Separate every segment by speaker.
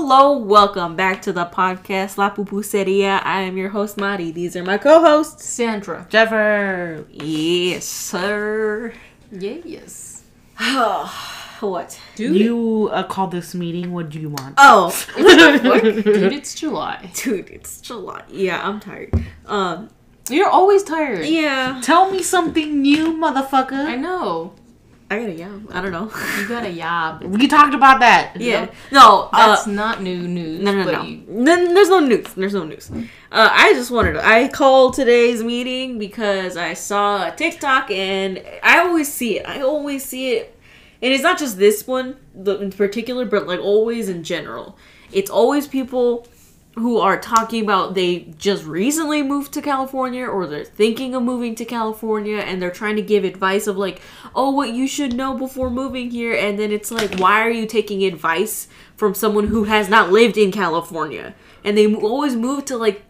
Speaker 1: Hello, welcome back to the podcast La Pupuseria. I am your host Madi. These are my co-hosts
Speaker 2: Sandra.
Speaker 1: Trevor. Yes, sir.
Speaker 2: Yes.
Speaker 1: what?
Speaker 2: Dude,
Speaker 3: You uh, called this meeting. What do you want?
Speaker 1: Oh,
Speaker 2: dude, it's July.
Speaker 1: dude, it's July. Yeah, I'm tired. Um,
Speaker 2: You're always tired.
Speaker 1: yeah,
Speaker 3: Tell me something new, motherfucker.
Speaker 2: I know.
Speaker 1: I gotta yell. I don't know.
Speaker 2: You got a yob.
Speaker 3: We talked about that.
Speaker 1: yeah, no, uh,
Speaker 2: That's not new news.
Speaker 1: no, no,
Speaker 2: but
Speaker 1: no.
Speaker 2: You,
Speaker 1: Then there's no news. There's no news. Uh, I just wanted. To, I called today's meeting because I saw a TikTok, and I always see it. I always see it, and it's not just this one the, in particular, but like always in general. It's always people who are talking about they just recently moved to California or they're thinking of moving to California and they're trying to give advice of like, oh, what you should know before moving here. And then it's like, why are you taking advice from someone who has not lived in California? And they mo- always move to like,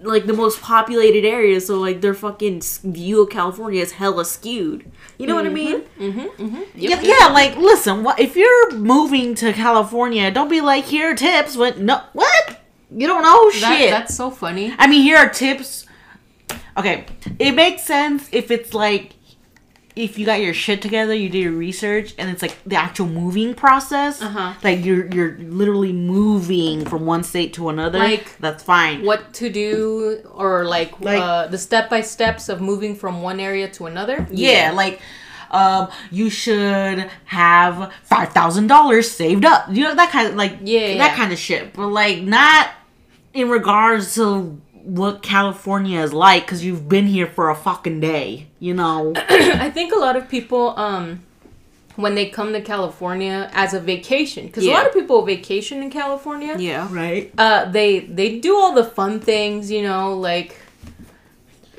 Speaker 1: like the most populated areas, so like their fucking s- view of California is hella skewed. You know what I mean?
Speaker 3: Mm-hmm. Yeah, yeah, like listen, wha- if you're moving to California, don't be like here are tips. What? No, what? You don't know
Speaker 2: that,
Speaker 3: shit.
Speaker 2: That's so funny.
Speaker 3: I mean, here are tips. Okay, it makes sense if it's like if you got your shit together, you did your research, and it's like the actual moving process.
Speaker 2: Uh-huh.
Speaker 3: Like you're you're literally moving from one state to another.
Speaker 2: Like,
Speaker 3: that's fine.
Speaker 2: What to do, or like,
Speaker 3: Like-
Speaker 2: uh, the step by steps of moving from one area to another.
Speaker 3: Yeah, like um, you should have five thousand dollars saved up. You know that kind of like
Speaker 2: Yeah,
Speaker 3: that
Speaker 2: yeah.
Speaker 3: kind of shit. But like not in regards to what California is like because you've been here for a fucking day. You know,
Speaker 2: I think a lot of people, um, when they come to California as a vacation, because a
Speaker 1: Yeah.
Speaker 2: lot of people vacation in California.
Speaker 1: Yeah.
Speaker 3: right?
Speaker 2: uh, they they do all the fun things, you know, like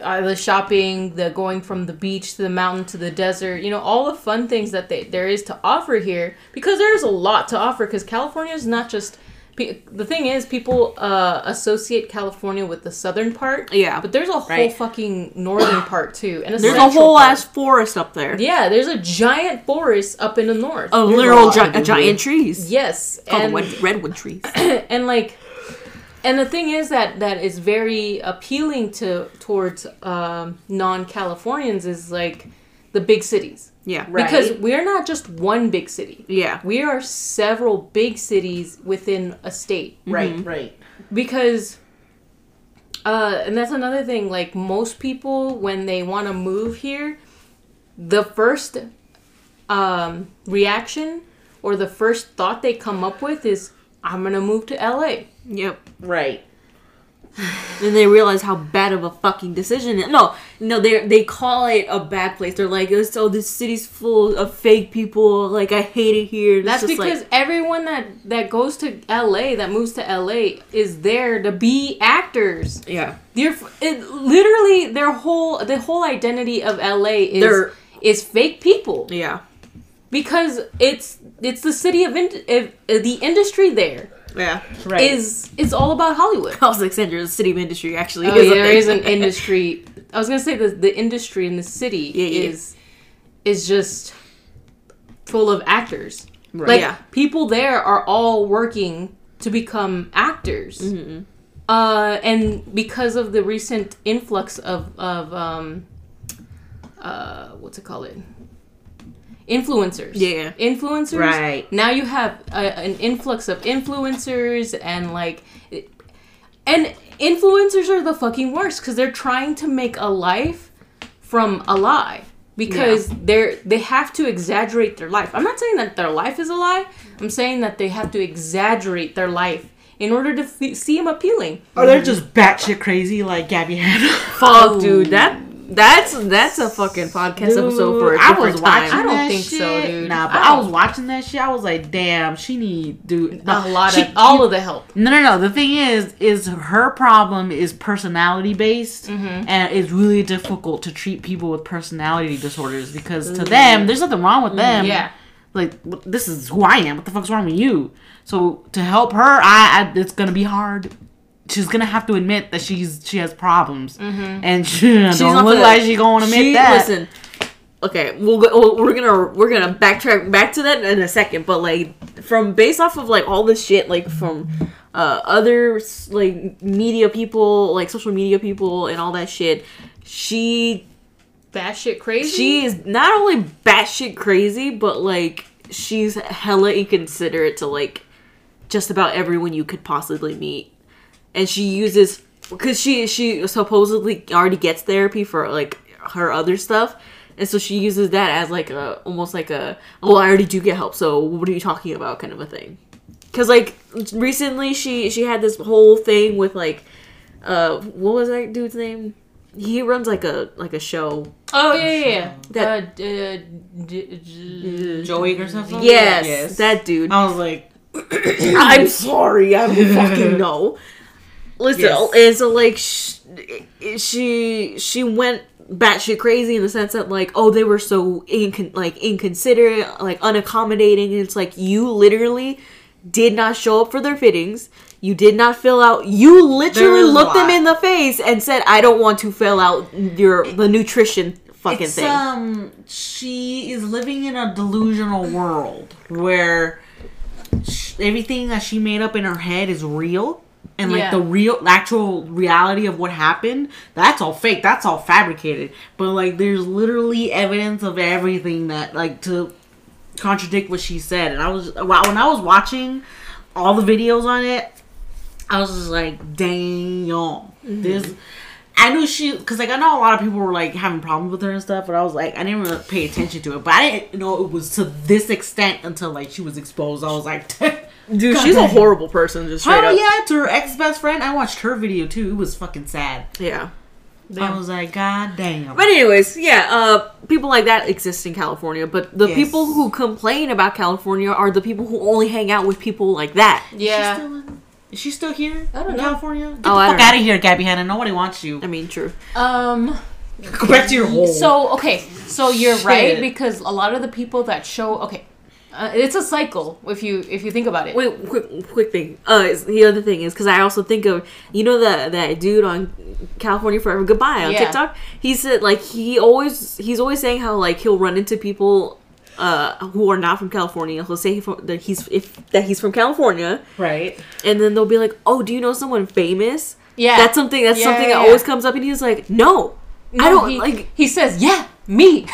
Speaker 2: uh, the shopping, the going from the beach to the mountain to the desert, you know, all the fun things that they, there is to offer here because there is a lot to offer because California is not just. pe- The thing is, people uh, associate California with the southern part.
Speaker 1: Yeah.
Speaker 2: But there's a whole
Speaker 3: Right.
Speaker 2: fucking northern part too. And a
Speaker 1: There's a
Speaker 2: central
Speaker 1: whole
Speaker 2: part.
Speaker 1: ass forest up there.
Speaker 2: Yeah, there's a giant forest up in the north.
Speaker 1: Of
Speaker 3: There's a
Speaker 1: literal
Speaker 3: lot
Speaker 1: gi-
Speaker 3: to do.
Speaker 1: giant trees.
Speaker 2: Yes.
Speaker 1: Oh. Called
Speaker 2: and-
Speaker 1: wed- redwood trees.
Speaker 2: and like and the thing is that that is very appealing to towards um, non-californians is like the big cities
Speaker 1: Yeah.
Speaker 3: Right.
Speaker 2: because we're not just one big city
Speaker 1: Yeah.
Speaker 2: we are several big cities within a state
Speaker 3: Right, right.
Speaker 2: because uh and that's another thing like most people when they want to move here the first um reaction or the first thought they come up with is i'm gonna move to la
Speaker 1: Yep.
Speaker 3: Right.
Speaker 1: Then they realize how bad of a fucking decision. It, no, no, they they call it a bad place. They're like, oh, so this city's full of fake people. Like I hate it here. And it's
Speaker 2: That's
Speaker 1: just like-
Speaker 2: because everyone that that goes to LA, that moves to LA, is there to be actors.
Speaker 1: yeah,
Speaker 2: They're f- it, literally their whole the whole identity of LA is
Speaker 1: They're-
Speaker 2: is fake people
Speaker 1: yeah,
Speaker 2: because it's it's the city of, ind- of uh, the industry there
Speaker 1: yeah.
Speaker 3: Right.
Speaker 2: is it's all about Hollywood.
Speaker 1: Calls Alexander the city of industry actually.
Speaker 2: Oh,
Speaker 1: is a
Speaker 2: yeah, there
Speaker 1: thing.
Speaker 2: is an industry. I was gonna say the the industry in the city
Speaker 1: Yeah, yeah.
Speaker 2: is is just full of actors.
Speaker 3: Right.
Speaker 2: Like
Speaker 1: Yeah.
Speaker 2: people there are all working to become actors.
Speaker 1: Mm-hmm.
Speaker 2: Uh, and because of the recent influx of of um, uh, what's it called it influencers
Speaker 1: Yeah.
Speaker 2: influencers
Speaker 3: Right.
Speaker 2: now you have a, an influx of influencers and like it- and influencers are the fucking worst because they're trying to make a life from a lie because they're they have to exaggerate their life i'm not saying that their life is a lie i'm saying that they have to exaggerate their life in order to f- seem appealing
Speaker 3: Or Oh, they're just batshit crazy like Gabby had.
Speaker 1: Fuck, dude. That that's that's a fucking podcast episode for a
Speaker 3: I
Speaker 1: different
Speaker 3: was
Speaker 1: time.
Speaker 3: watching.
Speaker 2: I don't
Speaker 3: that
Speaker 2: think
Speaker 3: shit.
Speaker 2: so, dude.
Speaker 3: Nah, but
Speaker 2: I
Speaker 3: I,
Speaker 2: don't-
Speaker 3: was watching that shit. I was like, damn, she need dude.
Speaker 2: a lot
Speaker 3: she,
Speaker 2: of all of the help
Speaker 3: No, no, no. The thing is, is her problem is personality based,
Speaker 1: Mm-hmm.
Speaker 3: and it's really difficult to treat people with personality disorders because to them, there's nothing wrong with
Speaker 1: Mm,
Speaker 3: them.
Speaker 2: yeah.
Speaker 3: Like wh- this is who I am. What the fuck's wrong with you? So to help her, I, I it's gonna be hard. She's gonna have to admit that she's she has problems, and she
Speaker 1: Mm-hmm. She's
Speaker 3: don't
Speaker 1: not
Speaker 3: look
Speaker 1: gonna-
Speaker 3: like she's gonna admit
Speaker 1: she-
Speaker 3: that.
Speaker 1: Listen, okay we'll go, we're gonna we're gonna backtrack back to that in a second but like from based off of like all this shit like from uh other s- like media people like social media people and all that shit she
Speaker 2: batshit crazy.
Speaker 1: she is not only batshit crazy but like she's hella inconsiderate to like just about everyone you could possibly meet and she uses because she she supposedly already gets therapy for like her other stuff and so she uses that as like a almost like a well i already do get help so what are you talking about kind of a thing because like recently she she had this whole thing with like uh what was that dude's name he runs like a like a show
Speaker 2: oh yeah, yeah, yeah.
Speaker 1: That-
Speaker 2: uh, d- uh, d- d-
Speaker 3: Joey or something?
Speaker 1: Yes, that dude.
Speaker 3: I was like,
Speaker 1: I'm sorry, I don't fucking know. Listen,
Speaker 3: Yes.
Speaker 1: and so like sh- she she went batshit crazy in the sense that like oh they were so incon- like inconsiderate like unaccommodating and it's like you literally did not show up for their fittings you did not fill out you literally
Speaker 3: There's a
Speaker 1: looked them
Speaker 3: lot.
Speaker 1: in the face and said I don't want to fill out your the nutrition fucking
Speaker 3: it's,
Speaker 1: thing
Speaker 3: um, she is living in a delusional world where sh- everything that she made up in her head is real. And like
Speaker 2: Yeah.
Speaker 3: the real, actual reality of what happened, that's all fake. That's all fabricated. But like, there's literally evidence of everything that like to contradict what she said. And I was when I was watching all the videos on it, I was just like, dang,
Speaker 1: Mm-hmm.
Speaker 3: this. I knew she, cause like I know a lot of people were like having problems with her and stuff, but I was like, I didn't really pay attention to it, but I didn't know it was to this extent until like she was exposed. I was like,
Speaker 1: dude she's a horrible person just straight
Speaker 3: oh
Speaker 1: up
Speaker 3: yeah, to her ex best friend. I watched her video too. It was fucking sad.
Speaker 1: yeah
Speaker 3: I was like, god damn.
Speaker 1: But anyways, yeah, uh, people like that exist in California, but the
Speaker 3: Yes.
Speaker 1: people who complain about California are the people who only hang out with people like that.
Speaker 3: She's
Speaker 2: yeah.
Speaker 3: still in- is she still here?
Speaker 2: I don't
Speaker 3: in
Speaker 2: know.
Speaker 3: California. Get
Speaker 1: Oh, I don't
Speaker 3: the fuck
Speaker 1: know.
Speaker 3: out of here, Gabby Hanna. Nobody wants you.
Speaker 1: I mean, true.
Speaker 2: Um.
Speaker 3: Go back to your hole.
Speaker 2: So okay, so you're
Speaker 3: Shit.
Speaker 2: right because a lot of the people that show okay, uh, it's a cycle if you if you think about it.
Speaker 1: Wait, quick, quick thing. Uh, is- the other thing is because I also think of you know that that dude on California Forever Goodbye on
Speaker 2: Yeah.
Speaker 1: TikTok. He said like he always he's always saying how like he'll run into people uh who are not from California. He'll say he from, that he's if that he's from California,
Speaker 3: right.
Speaker 1: and then they'll be like, "Oh, do you know someone famous?"
Speaker 2: Yeah,
Speaker 1: That's something. That's
Speaker 2: Yeah,
Speaker 1: something
Speaker 2: yeah,
Speaker 1: that
Speaker 2: yeah.
Speaker 1: always comes up, and he's like, "No, I
Speaker 2: No,
Speaker 1: don't
Speaker 2: he,
Speaker 1: like."
Speaker 2: He says, "Yeah, me."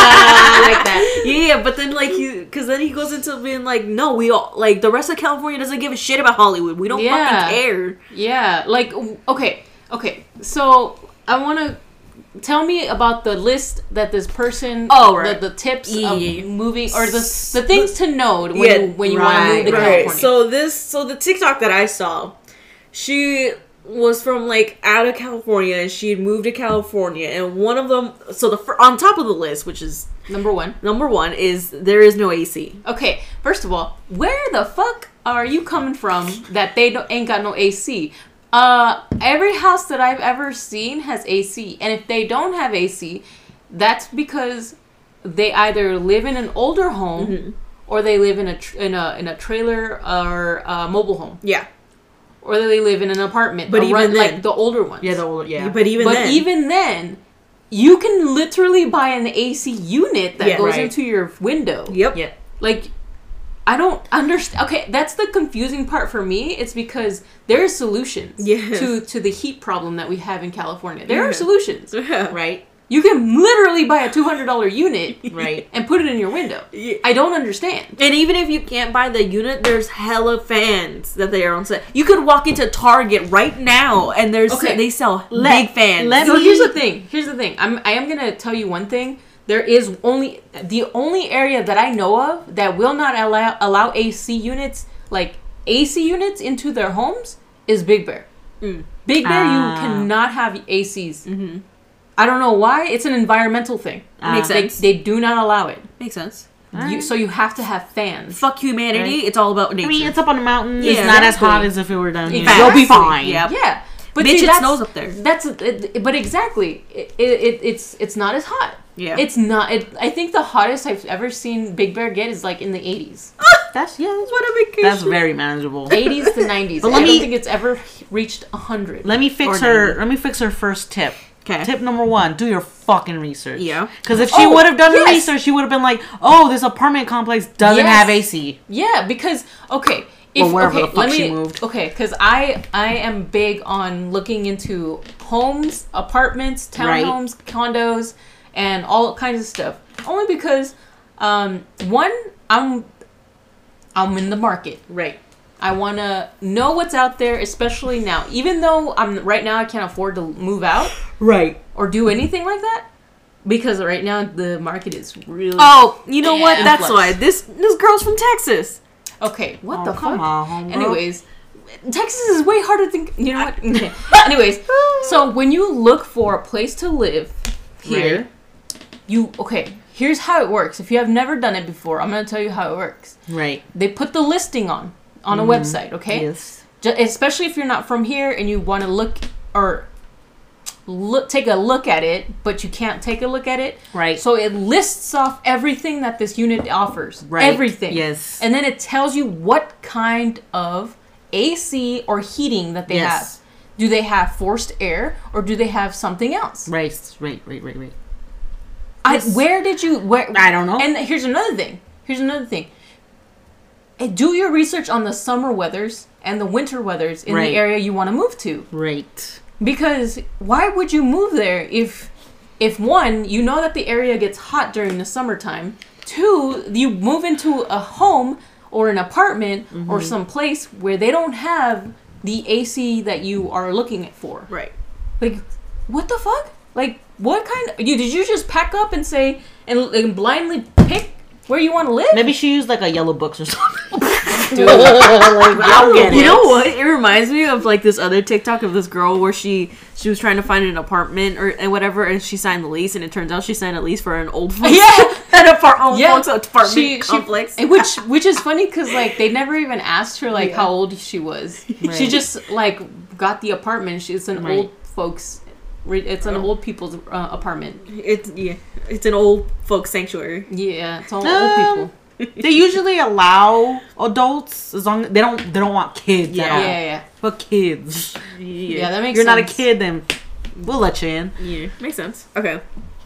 Speaker 3: like that.
Speaker 1: Yeah, but then like he, because then he goes into being like, "No, we all like the rest of California doesn't give a shit about Hollywood. We don't
Speaker 2: Yeah.
Speaker 1: fucking care."
Speaker 2: Yeah, like w- okay, okay. So I want to tell me about the list that this person.
Speaker 1: Oh, right.
Speaker 2: the, the tips
Speaker 1: Yeah,
Speaker 2: of
Speaker 1: yeah, yeah.
Speaker 2: moving or the the things to know when
Speaker 1: Yeah,
Speaker 2: you when you want
Speaker 3: right,
Speaker 2: to move to
Speaker 1: Right.
Speaker 2: California.
Speaker 1: So this, so the TikTok that I saw, she was from like out of California, and she had moved to California, and one of them. So the fir- on top of the list, which is
Speaker 2: Number one.
Speaker 1: number one, is there is no AC.
Speaker 2: Okay, first of all, where the fuck are you coming from that they don't, ain't got no AC? Uh, every house that I've ever seen has AC, and if they don't have AC, that's because they either live in an older home
Speaker 1: Mm-hmm.
Speaker 2: or they live in a tr- in a in a trailer or a mobile home,
Speaker 1: Yeah,
Speaker 2: or they live in an apartment.
Speaker 1: But
Speaker 2: a
Speaker 1: even then-
Speaker 2: like the older ones.
Speaker 3: Yeah. The old, yeah.
Speaker 1: but even
Speaker 2: but
Speaker 1: then,
Speaker 2: even then, you can literally buy an AC unit that
Speaker 1: Yeah,
Speaker 2: goes
Speaker 3: right.
Speaker 2: into your window.
Speaker 1: yep,
Speaker 3: yeah.
Speaker 2: Like, I don't understand. Okay, that's the confusing part for me. It's because there are solutions
Speaker 1: Yes.
Speaker 2: to to the heat problem that we have in California. There
Speaker 1: Yeah.
Speaker 2: are solutions.
Speaker 3: Right.
Speaker 2: You can literally buy a two hundred dollar unit
Speaker 3: Right.
Speaker 2: and put it in your window.
Speaker 1: Yeah.
Speaker 2: I don't understand.
Speaker 1: And even if you can't buy the unit, there's hella fans that they are on set. You could walk into Target right now, and there's
Speaker 2: Okay.
Speaker 1: they sell
Speaker 3: Let-
Speaker 1: big fans.
Speaker 3: let
Speaker 2: So
Speaker 3: me-
Speaker 2: here's the thing. Here's the thing. I'm I am gonna tell you one thing. There is only the only area that I know of that will not allow allow AC units like AC units into their homes is Big Bear. Big Bear,
Speaker 3: Ah. Mm-hmm.
Speaker 2: you cannot have ACs. I don't know why. It's an environmental thing.
Speaker 3: Ah.
Speaker 1: Makes
Speaker 2: They,
Speaker 1: sense.
Speaker 2: they do not allow it.
Speaker 1: Makes sense.
Speaker 2: You, so you have to have fans.
Speaker 1: Fuck humanity.
Speaker 3: Right.
Speaker 1: It's all about nature.
Speaker 3: I mean, it's up on a mountain.
Speaker 1: Yeah,
Speaker 3: it's not as
Speaker 2: exactly.
Speaker 3: hot as if it were down here.
Speaker 2: Exactly.
Speaker 3: You'll be fine.
Speaker 1: Yeah.
Speaker 2: Yeah, but
Speaker 1: Bitch,
Speaker 2: see,
Speaker 1: it
Speaker 2: that's-
Speaker 1: snows up there.
Speaker 2: That's it, but exactly. It, it, it's it's not as hot.
Speaker 1: Yeah.
Speaker 2: it's not. It, I think the hottest I've ever seen Big Bear get is like in the eighties,
Speaker 3: That's yeah. That's,
Speaker 1: what a vacation.
Speaker 3: that's very manageable.
Speaker 2: eighties to nineties.
Speaker 3: But
Speaker 2: I
Speaker 3: let
Speaker 2: don't
Speaker 3: me-
Speaker 2: think it's ever reached hundred.
Speaker 3: Let me fix
Speaker 2: Or
Speaker 3: her. Let me fix her first tip.
Speaker 1: Okay.
Speaker 3: Tip number one: do your fucking research.
Speaker 1: Yeah.
Speaker 3: Because if she
Speaker 2: Oh,
Speaker 3: would have done her
Speaker 2: yes.
Speaker 3: research, she would have been like, "Oh, this apartment complex doesn't
Speaker 2: Yes.
Speaker 3: have AC."
Speaker 2: Yeah, because okay, if
Speaker 3: Or wherever
Speaker 2: okay,
Speaker 3: the fuck
Speaker 2: let me
Speaker 3: she moved.
Speaker 2: okay, because I I am big on looking into homes, apartments,
Speaker 3: Right.
Speaker 2: townhomes, condos, and all kinds of stuff. Only because um, one, I'm I'm in the market.
Speaker 3: Right.
Speaker 2: I want to know what's out there, especially now. Even though I'm right now, I can't afford to move out
Speaker 3: Right.
Speaker 2: or do anything like that because right now the market is really
Speaker 1: Oh, you know what?
Speaker 2: Yeah.
Speaker 1: That's
Speaker 2: Influx.
Speaker 1: why this this girl's from Texas.
Speaker 2: Okay, what
Speaker 3: Oh,
Speaker 2: the
Speaker 3: come
Speaker 2: fuck?
Speaker 3: on, homegirl.
Speaker 2: Anyways, Texas is way harder than you know what. Okay. Anyways, so when you look for a place to live here,
Speaker 3: Right.
Speaker 2: you okay? Here's how it works. If you have never done it before, I'm gonna tell you how it works.
Speaker 3: Right.
Speaker 2: They put the listing on on a website. Okay.
Speaker 3: Mm-hmm. Yes.
Speaker 2: Ju- especially if you're not from here and you want to look or look take a look at it but you can't take a look at it
Speaker 3: Right.
Speaker 2: so it lists off everything that this unit offers
Speaker 3: Right.
Speaker 2: everything
Speaker 3: Yes.
Speaker 2: and then it tells you what kind of ac or heating that they
Speaker 3: Yes.
Speaker 2: have do they have forced air or do they have something else
Speaker 3: Right. Right. Right. Right. Right.
Speaker 2: I, where did you where
Speaker 3: I don't know.
Speaker 2: And here's another thing. Here's another thing. Eh, Do your research on the summer weathers and the winter weathers in
Speaker 3: Right.
Speaker 2: the area you want to move to.
Speaker 3: Right.
Speaker 2: Because why would you move there if if one, you know that the area gets hot during the summertime, two, you move into a home or an apartment or some place where they don't have the AC that you are looking for.
Speaker 1: Right.
Speaker 2: Like, what the fuck? Like, what kind? you did you just pack up and say and, and blindly pick where you want to live?
Speaker 3: Maybe she used like a yellow books or something.
Speaker 2: Dude.
Speaker 3: I'll get
Speaker 1: You know what? It reminds me of like this other TikTok of this girl where she she was trying to find an apartment or and whatever, and she signed the lease, and it turns out she signed a lease for an old folks,
Speaker 2: Yeah.
Speaker 1: an apart- old
Speaker 2: Yeah.
Speaker 1: folks apartment
Speaker 2: She- she-
Speaker 1: complex.
Speaker 2: And which which is funny because like they never even asked her like how old she was. She
Speaker 3: Right.
Speaker 2: just like got the apartment. She, it's an
Speaker 3: Right.
Speaker 2: old folks. re- It's an old people's uh, apartment.
Speaker 1: it's yeah, it's an old folks sanctuary.
Speaker 2: Yeah, it's all
Speaker 3: Um,
Speaker 2: old people.
Speaker 3: They usually allow adults as long they don't they don't want kids at
Speaker 1: Yeah.
Speaker 2: Yeah,
Speaker 3: all.
Speaker 2: yeah, yeah.
Speaker 3: But kids.
Speaker 1: Yeah,
Speaker 2: that makes
Speaker 3: You're not a
Speaker 2: sense.
Speaker 3: kid, then we'll let you in.
Speaker 1: yeah, makes sense. Okay,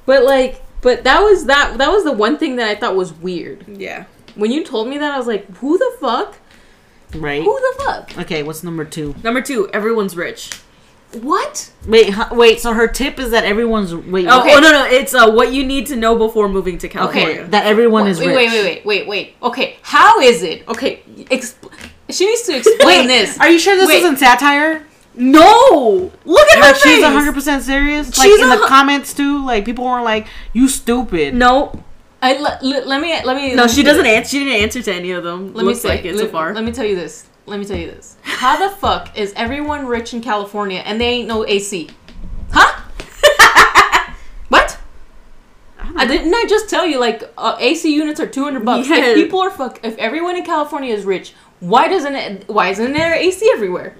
Speaker 2: But like, but that was that. That was the one thing that I thought was weird
Speaker 1: yeah.
Speaker 2: when you told me that. I was like, who the fuck?
Speaker 3: Right.
Speaker 2: Who the fuck?
Speaker 3: Okay, what's number two?
Speaker 1: Number two, everyone's rich.
Speaker 2: What?
Speaker 3: Wait, huh, wait. So her tip is that everyone's wait.
Speaker 1: Oh,
Speaker 2: Okay.
Speaker 1: oh, no, no, it's uh, what you need to know before moving to California.
Speaker 3: Okay, that everyone is
Speaker 2: wait,
Speaker 3: rich.
Speaker 2: wait, wait, wait, wait, wait. Okay, how is it? Okay, expl- she needs to explain this.
Speaker 3: Are you sure this
Speaker 2: Wait.
Speaker 3: isn't satire?
Speaker 1: No, look at her
Speaker 3: Like
Speaker 1: face.
Speaker 3: she's 100 percent serious. Like
Speaker 1: She's
Speaker 3: in
Speaker 1: a
Speaker 3: the
Speaker 1: hu-
Speaker 3: comments too. Like people were like, "You stupid."
Speaker 1: No,
Speaker 2: I, le- le- let me let me.
Speaker 1: no, she doesn't answer. She didn't answer to any of them.
Speaker 2: Let me
Speaker 1: Looks
Speaker 2: say,
Speaker 1: like it
Speaker 2: let,
Speaker 1: so far.
Speaker 2: let me tell you this. Let me tell you this. How the fuck is everyone rich in California and they ain't no AC? Huh? what? I didn't I just tell you like uh, AC units are 200 bucks.
Speaker 1: Yeah.
Speaker 2: If people are fuck if everyone in California is rich, why doesn't it why isn't there AC everywhere?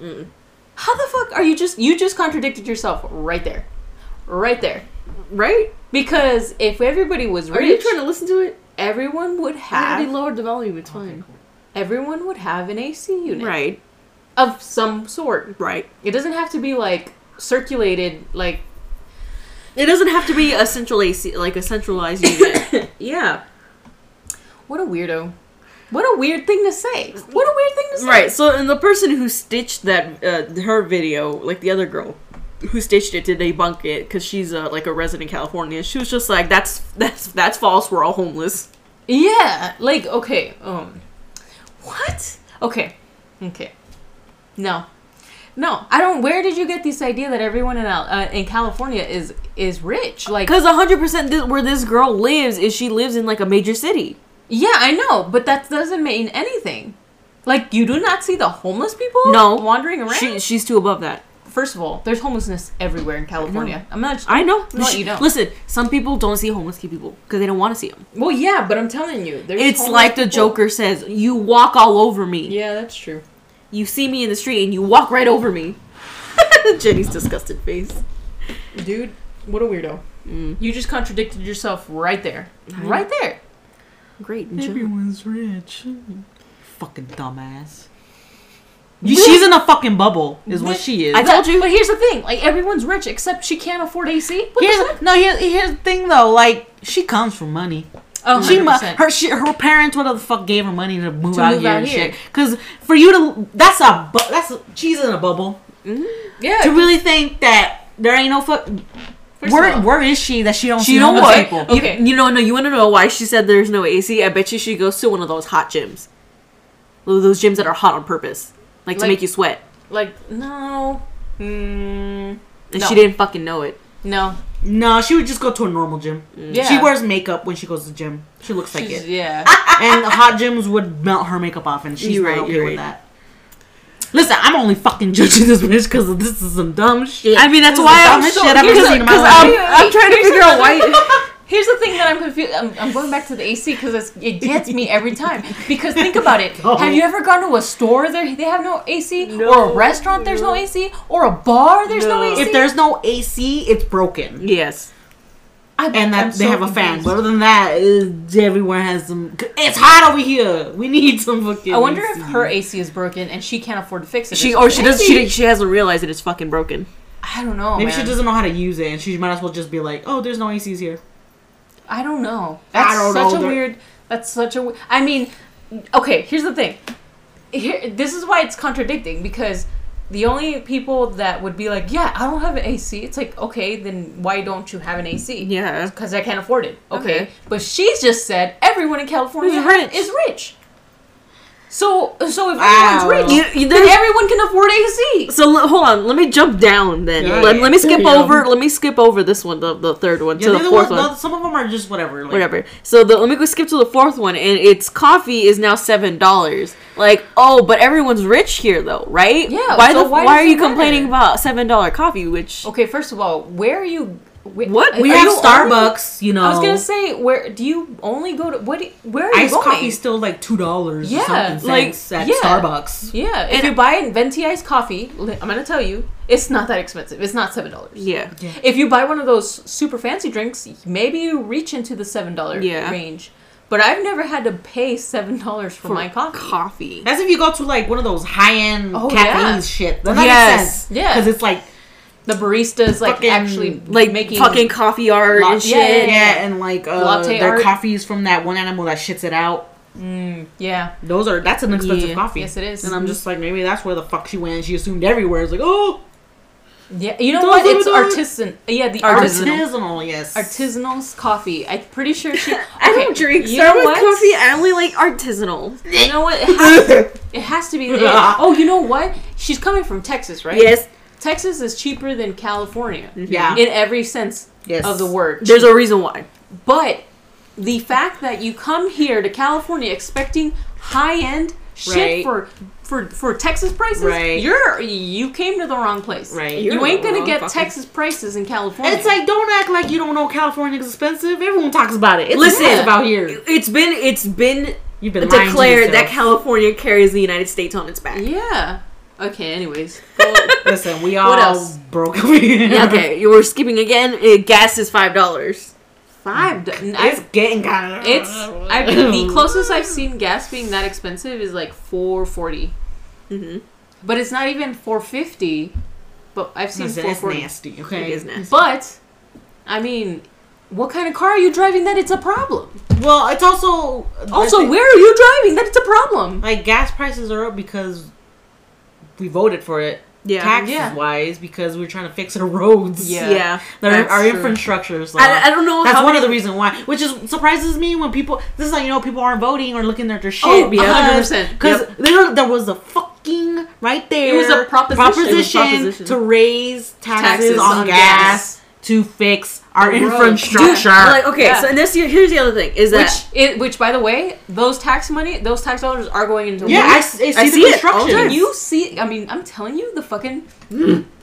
Speaker 2: How the fuck are you just you just contradicted yourself right there. Right there.
Speaker 1: right?
Speaker 2: Because if everybody was rich,
Speaker 1: Are you trying to listen to it?
Speaker 2: everyone would
Speaker 1: I already
Speaker 2: have
Speaker 1: lowered the volume. It's fine.
Speaker 2: everyone would have an AC unit
Speaker 1: Right,
Speaker 2: of some sort.
Speaker 1: right.
Speaker 2: It doesn't have to be like circulated, like
Speaker 1: It doesn't have to be a central AC, like a centralized unit. yeah.
Speaker 2: what a weirdo. What a weird thing to say. What a weird thing to say.
Speaker 1: Right. So, and the person who stitched that uh, her video, like the other girl who stitched it, did debunk it because she's uh, like a resident California. She was just like, "That's that's that's false. We're all homeless."
Speaker 2: Yeah. Like okay. Um. What? Okay. Okay. No. No. I don't. Where did you get this idea that everyone in Al- uh, in California is is rich? Like
Speaker 1: Because 100% this, where this girl lives is she lives in like a major city.
Speaker 2: yeah, I know, but that doesn't mean anything. Like you do not see the homeless people
Speaker 1: No.
Speaker 2: wandering around.
Speaker 1: She, she's too above that.
Speaker 2: First of all, there's homelessness everywhere in California. I'm not.
Speaker 1: I know.
Speaker 2: No,
Speaker 1: She-
Speaker 2: you don't.
Speaker 1: Listen, some people don't see homeless people because they don't want to see them.
Speaker 2: Well, yeah, but I'm telling you, there's
Speaker 1: It's
Speaker 2: homeless
Speaker 1: like the
Speaker 2: people.
Speaker 1: Joker says, you walk all over me.
Speaker 2: Yeah, that's true.
Speaker 1: You see me in the street and you walk right over me. Jenny's disgusted face.
Speaker 2: Dude, what a weirdo. You just contradicted yourself right there. Right there.
Speaker 1: Great.
Speaker 3: Everyone's rich. Fucking dumbass. You- She's in a fucking bubble, is what she is.
Speaker 1: I told you.
Speaker 2: But here's the thing: like everyone's rich except she can't afford AC. What the
Speaker 3: Here's, no, here's, here's the thing though. Like she comes from money.
Speaker 2: Oh,
Speaker 3: She mu-
Speaker 2: 100%.
Speaker 3: her she, her parents whatever the fuck gave her money to move, out,
Speaker 2: move
Speaker 3: here
Speaker 2: out
Speaker 3: and
Speaker 2: here.
Speaker 3: shit. Because for you to that's a bu- that's a, she's in a bubble
Speaker 2: yeah.
Speaker 3: to really think that there ain't no fuck.
Speaker 2: First
Speaker 3: where
Speaker 2: of all,
Speaker 3: where is she that she don't
Speaker 1: You
Speaker 3: see
Speaker 1: know
Speaker 3: homeless
Speaker 1: what?
Speaker 3: people?
Speaker 1: You-
Speaker 2: Okay.
Speaker 1: You, know, no. You want to know why she said there's no AC? I bet you she goes to one of those hot gyms. Those those gyms that are hot on purpose, like, to
Speaker 2: Like-
Speaker 1: make you sweat.
Speaker 2: like no, mm,
Speaker 1: And
Speaker 2: No.
Speaker 1: she didn't fucking know it.
Speaker 2: no.
Speaker 3: No, she would just go to a normal gym.
Speaker 2: Yeah.
Speaker 3: She wears makeup when she goes to the gym. She looks like
Speaker 2: She's-
Speaker 3: it.
Speaker 2: yeah.
Speaker 3: and the hot gyms would melt her makeup off, and she's
Speaker 1: You're
Speaker 3: not
Speaker 1: right,
Speaker 3: okay
Speaker 1: you're
Speaker 3: with
Speaker 1: right.
Speaker 3: that. Listen, I'm only fucking judging this bitch because this is some dumb shit.
Speaker 1: I mean, that's
Speaker 3: This is
Speaker 1: why
Speaker 3: the
Speaker 1: I'm
Speaker 3: dumbest
Speaker 1: so-
Speaker 3: shit I've ever
Speaker 1: here's
Speaker 3: seen
Speaker 1: a-
Speaker 3: in my
Speaker 1: 'cause
Speaker 3: life.
Speaker 1: I'm- I'm trying to
Speaker 2: Here's
Speaker 1: figure out
Speaker 2: another-
Speaker 1: why-
Speaker 2: Here's the thing that I'm confused. I'm, I'm going back to the AC because it gets me every time. Because think about it.
Speaker 3: No.
Speaker 2: Have you ever gone to a store there they have no AC, or
Speaker 1: No,
Speaker 2: a restaurant there's no, AC, or a bar there's no,
Speaker 1: No.
Speaker 2: AC?
Speaker 3: If there's no AC, it's broken,
Speaker 1: Yes.
Speaker 2: I-
Speaker 3: and that
Speaker 2: I'm
Speaker 3: they
Speaker 2: so
Speaker 3: have a fan.
Speaker 2: confused.
Speaker 3: But other than that, it- everywhere has some. It's hot over here. We need some fucking.
Speaker 2: I wonder if
Speaker 3: AC.
Speaker 2: her AC is broken and she can't afford to fix it.
Speaker 1: She
Speaker 2: something.
Speaker 1: or she does. She she hasn't realized that it's fucking broken.
Speaker 2: I don't know.
Speaker 3: Maybe
Speaker 2: man.
Speaker 3: she doesn't know how to use it, and she might as well just be like, "Oh, there's no ACs here."
Speaker 2: I don't know. That's
Speaker 3: don't
Speaker 2: such
Speaker 3: know.
Speaker 2: a
Speaker 3: They're-
Speaker 2: weird. That's such a. we- I mean, okay. Here's the thing. Here, this is why it's contradicting because the only people that would be like, "Yeah, I don't have an AC," it's like, okay, then why don't you have an AC?
Speaker 1: Yeah.
Speaker 2: because I can't afford it. Okay.
Speaker 1: Okay.
Speaker 2: but she's just said everyone in California
Speaker 1: Is
Speaker 2: is
Speaker 1: rich.
Speaker 2: rich. Is rich. So, so if
Speaker 3: Wow.
Speaker 2: everyone's
Speaker 1: You,
Speaker 2: rich,
Speaker 1: you,
Speaker 2: then
Speaker 1: there's-
Speaker 2: everyone can afford AC.
Speaker 1: So l- hold on, let me jump down then.
Speaker 3: Yeah,
Speaker 1: let,
Speaker 3: yeah.
Speaker 1: let me skip
Speaker 3: Yeah.
Speaker 1: over. Let me skip over this one, the, the third one,
Speaker 3: Yeah,
Speaker 1: to
Speaker 3: the
Speaker 1: the
Speaker 3: other
Speaker 1: fourth
Speaker 3: ones,
Speaker 1: one,
Speaker 3: no, some of them are just whatever. Like,
Speaker 1: whatever. So the let me go skip to the fourth one, and it's coffee is now seven dollars. Like oh, but everyone's rich here though, right?
Speaker 2: Yeah,
Speaker 1: Why
Speaker 2: so
Speaker 1: the,
Speaker 2: why
Speaker 1: why
Speaker 2: does
Speaker 1: are
Speaker 2: it
Speaker 1: you complaining
Speaker 2: matter? Oh,
Speaker 1: about seven dollar coffee? Which
Speaker 2: Okay, first of all, where are you? wh-
Speaker 1: What?
Speaker 3: We
Speaker 2: are
Speaker 3: have
Speaker 2: you only-
Speaker 3: Starbucks. You know,
Speaker 2: I was gonna say, where do you only go to? What? do- Where are you
Speaker 3: Iced
Speaker 2: going?
Speaker 3: coffee's still like two dollars
Speaker 2: Yeah,
Speaker 3: or something
Speaker 2: like,
Speaker 3: cents at
Speaker 2: yeah.
Speaker 3: Starbucks.
Speaker 2: Yeah, if
Speaker 1: And-
Speaker 2: you buy a venti iced coffee, li- I'm gonna tell you, it's not that expensive. It's not seven dollars.
Speaker 1: yeah,
Speaker 2: If you buy one of those super fancy drinks, maybe you reach into the seven dollar
Speaker 1: Yeah.
Speaker 2: range. But I've never had to pay seven dollars for, my coffee.
Speaker 1: coffee.
Speaker 3: That's if you go to like one of those high end
Speaker 2: Oh,
Speaker 3: cafes
Speaker 2: yeah.
Speaker 3: shit. That makes
Speaker 1: Yes.
Speaker 3: sense.
Speaker 2: Yeah.
Speaker 3: because it's like
Speaker 2: the barista is like
Speaker 3: Fucking-
Speaker 2: actually
Speaker 1: like
Speaker 2: making
Speaker 1: fucking coffee art
Speaker 3: lot-
Speaker 1: and shit.
Speaker 2: yeah,
Speaker 3: yeah,
Speaker 2: yeah, yeah.
Speaker 3: and like uh,
Speaker 2: Latte
Speaker 3: their
Speaker 2: art.
Speaker 3: coffees from that one animal that shits it out.
Speaker 2: yeah.
Speaker 3: Those are that's an expensive
Speaker 1: Yeah.
Speaker 3: coffee.
Speaker 2: Yes, it is. Mm-hmm.
Speaker 3: And I'm just like maybe that's where the fuck she went. She assumed everywhere. It's like oh,
Speaker 2: Yeah, you know
Speaker 3: Those
Speaker 2: what?
Speaker 3: are
Speaker 2: It's
Speaker 3: the-
Speaker 2: artisan. Yeah, the
Speaker 1: Artisanal.
Speaker 2: artisanal.
Speaker 3: artisanal. Yes,
Speaker 2: Artisanal's coffee. I'm pretty sure she.
Speaker 1: I
Speaker 2: Okay,
Speaker 1: don't drink
Speaker 2: you know
Speaker 1: Starbucks
Speaker 2: what?
Speaker 1: coffee. I only like artisanal.
Speaker 2: You know what? It has, it has to be. there. Oh, you know what? She's coming from Texas, right?
Speaker 1: Yes,
Speaker 2: Texas is cheaper than California
Speaker 3: yeah,
Speaker 2: in every sense
Speaker 3: yes.
Speaker 2: of the word.
Speaker 1: there's a reason why.
Speaker 2: But the fact that you come here to California expecting high end
Speaker 3: Right.
Speaker 2: shit for for for Texas prices,
Speaker 3: Right.
Speaker 2: you're you came to the wrong place.
Speaker 3: Right.
Speaker 2: You
Speaker 1: You're
Speaker 2: ain't
Speaker 1: the
Speaker 2: gonna
Speaker 1: wrong
Speaker 2: get
Speaker 1: fucking-
Speaker 2: Texas prices in California.
Speaker 3: It's like don't act like you don't know California's expensive. Everyone talks about it. It's
Speaker 1: Listen.
Speaker 3: Listen about here.
Speaker 1: It's been it's been
Speaker 3: You've been lying to
Speaker 1: declared that
Speaker 3: yourself.
Speaker 1: California carries the United States on its back.
Speaker 2: yeah. Okay. Anyways.
Speaker 3: Listen, we all
Speaker 2: What else?
Speaker 3: broke over here.
Speaker 1: Yeah, okay, you were skipping again. Uh, gas is five dollars.
Speaker 2: Five. do-
Speaker 3: It's
Speaker 2: I,
Speaker 3: getting kind of.
Speaker 2: it's I the closest I've seen gas being that expensive is like four forty,
Speaker 1: Mhm.
Speaker 2: but it's not even four fifty. But I've seen
Speaker 3: Listen,
Speaker 2: four
Speaker 3: it's
Speaker 2: forty.
Speaker 3: nasty.
Speaker 1: It
Speaker 3: Okay.
Speaker 1: is nasty.
Speaker 2: But I mean, what kind of car are you driving that it's a problem?
Speaker 3: Well, it's also
Speaker 2: Also,
Speaker 3: I think,
Speaker 2: where are you driving that it's a problem?
Speaker 3: like gas prices are up because we voted for it.
Speaker 1: Yeah.
Speaker 3: Taxes
Speaker 2: Yeah.
Speaker 3: wise, because we are trying to fix our roads.
Speaker 2: Yeah.
Speaker 1: yeah,
Speaker 3: Their-
Speaker 2: that's
Speaker 3: our
Speaker 2: true.
Speaker 3: infrastructure. So
Speaker 1: I, I don't know.
Speaker 3: that's
Speaker 1: how
Speaker 3: one
Speaker 1: many-
Speaker 3: of the reasons why, which is surprises me when people. This is like you know people aren't voting or looking at their shit.
Speaker 2: Oh,
Speaker 3: because-
Speaker 2: 100%.
Speaker 3: Because
Speaker 2: Yep.
Speaker 3: there, there was a fucking right there.
Speaker 2: It was a proposition.
Speaker 1: It
Speaker 3: proposition
Speaker 1: was a proposition.
Speaker 3: to raise taxes,
Speaker 2: Taxes
Speaker 3: on,
Speaker 2: on
Speaker 3: gas, to fix our
Speaker 2: The roads.
Speaker 3: infrastructure.
Speaker 1: Like okay,
Speaker 2: Yeah.
Speaker 1: so and this here's the other thing is that
Speaker 2: Which, it, which, by the way, those tax money, those tax dollars are going into
Speaker 3: yeah, I,
Speaker 2: roads.
Speaker 3: s- I see,
Speaker 1: I see it all
Speaker 3: the
Speaker 1: the
Speaker 3: construction.
Speaker 1: time.
Speaker 2: Can you see? I mean, I'm telling you, the fucking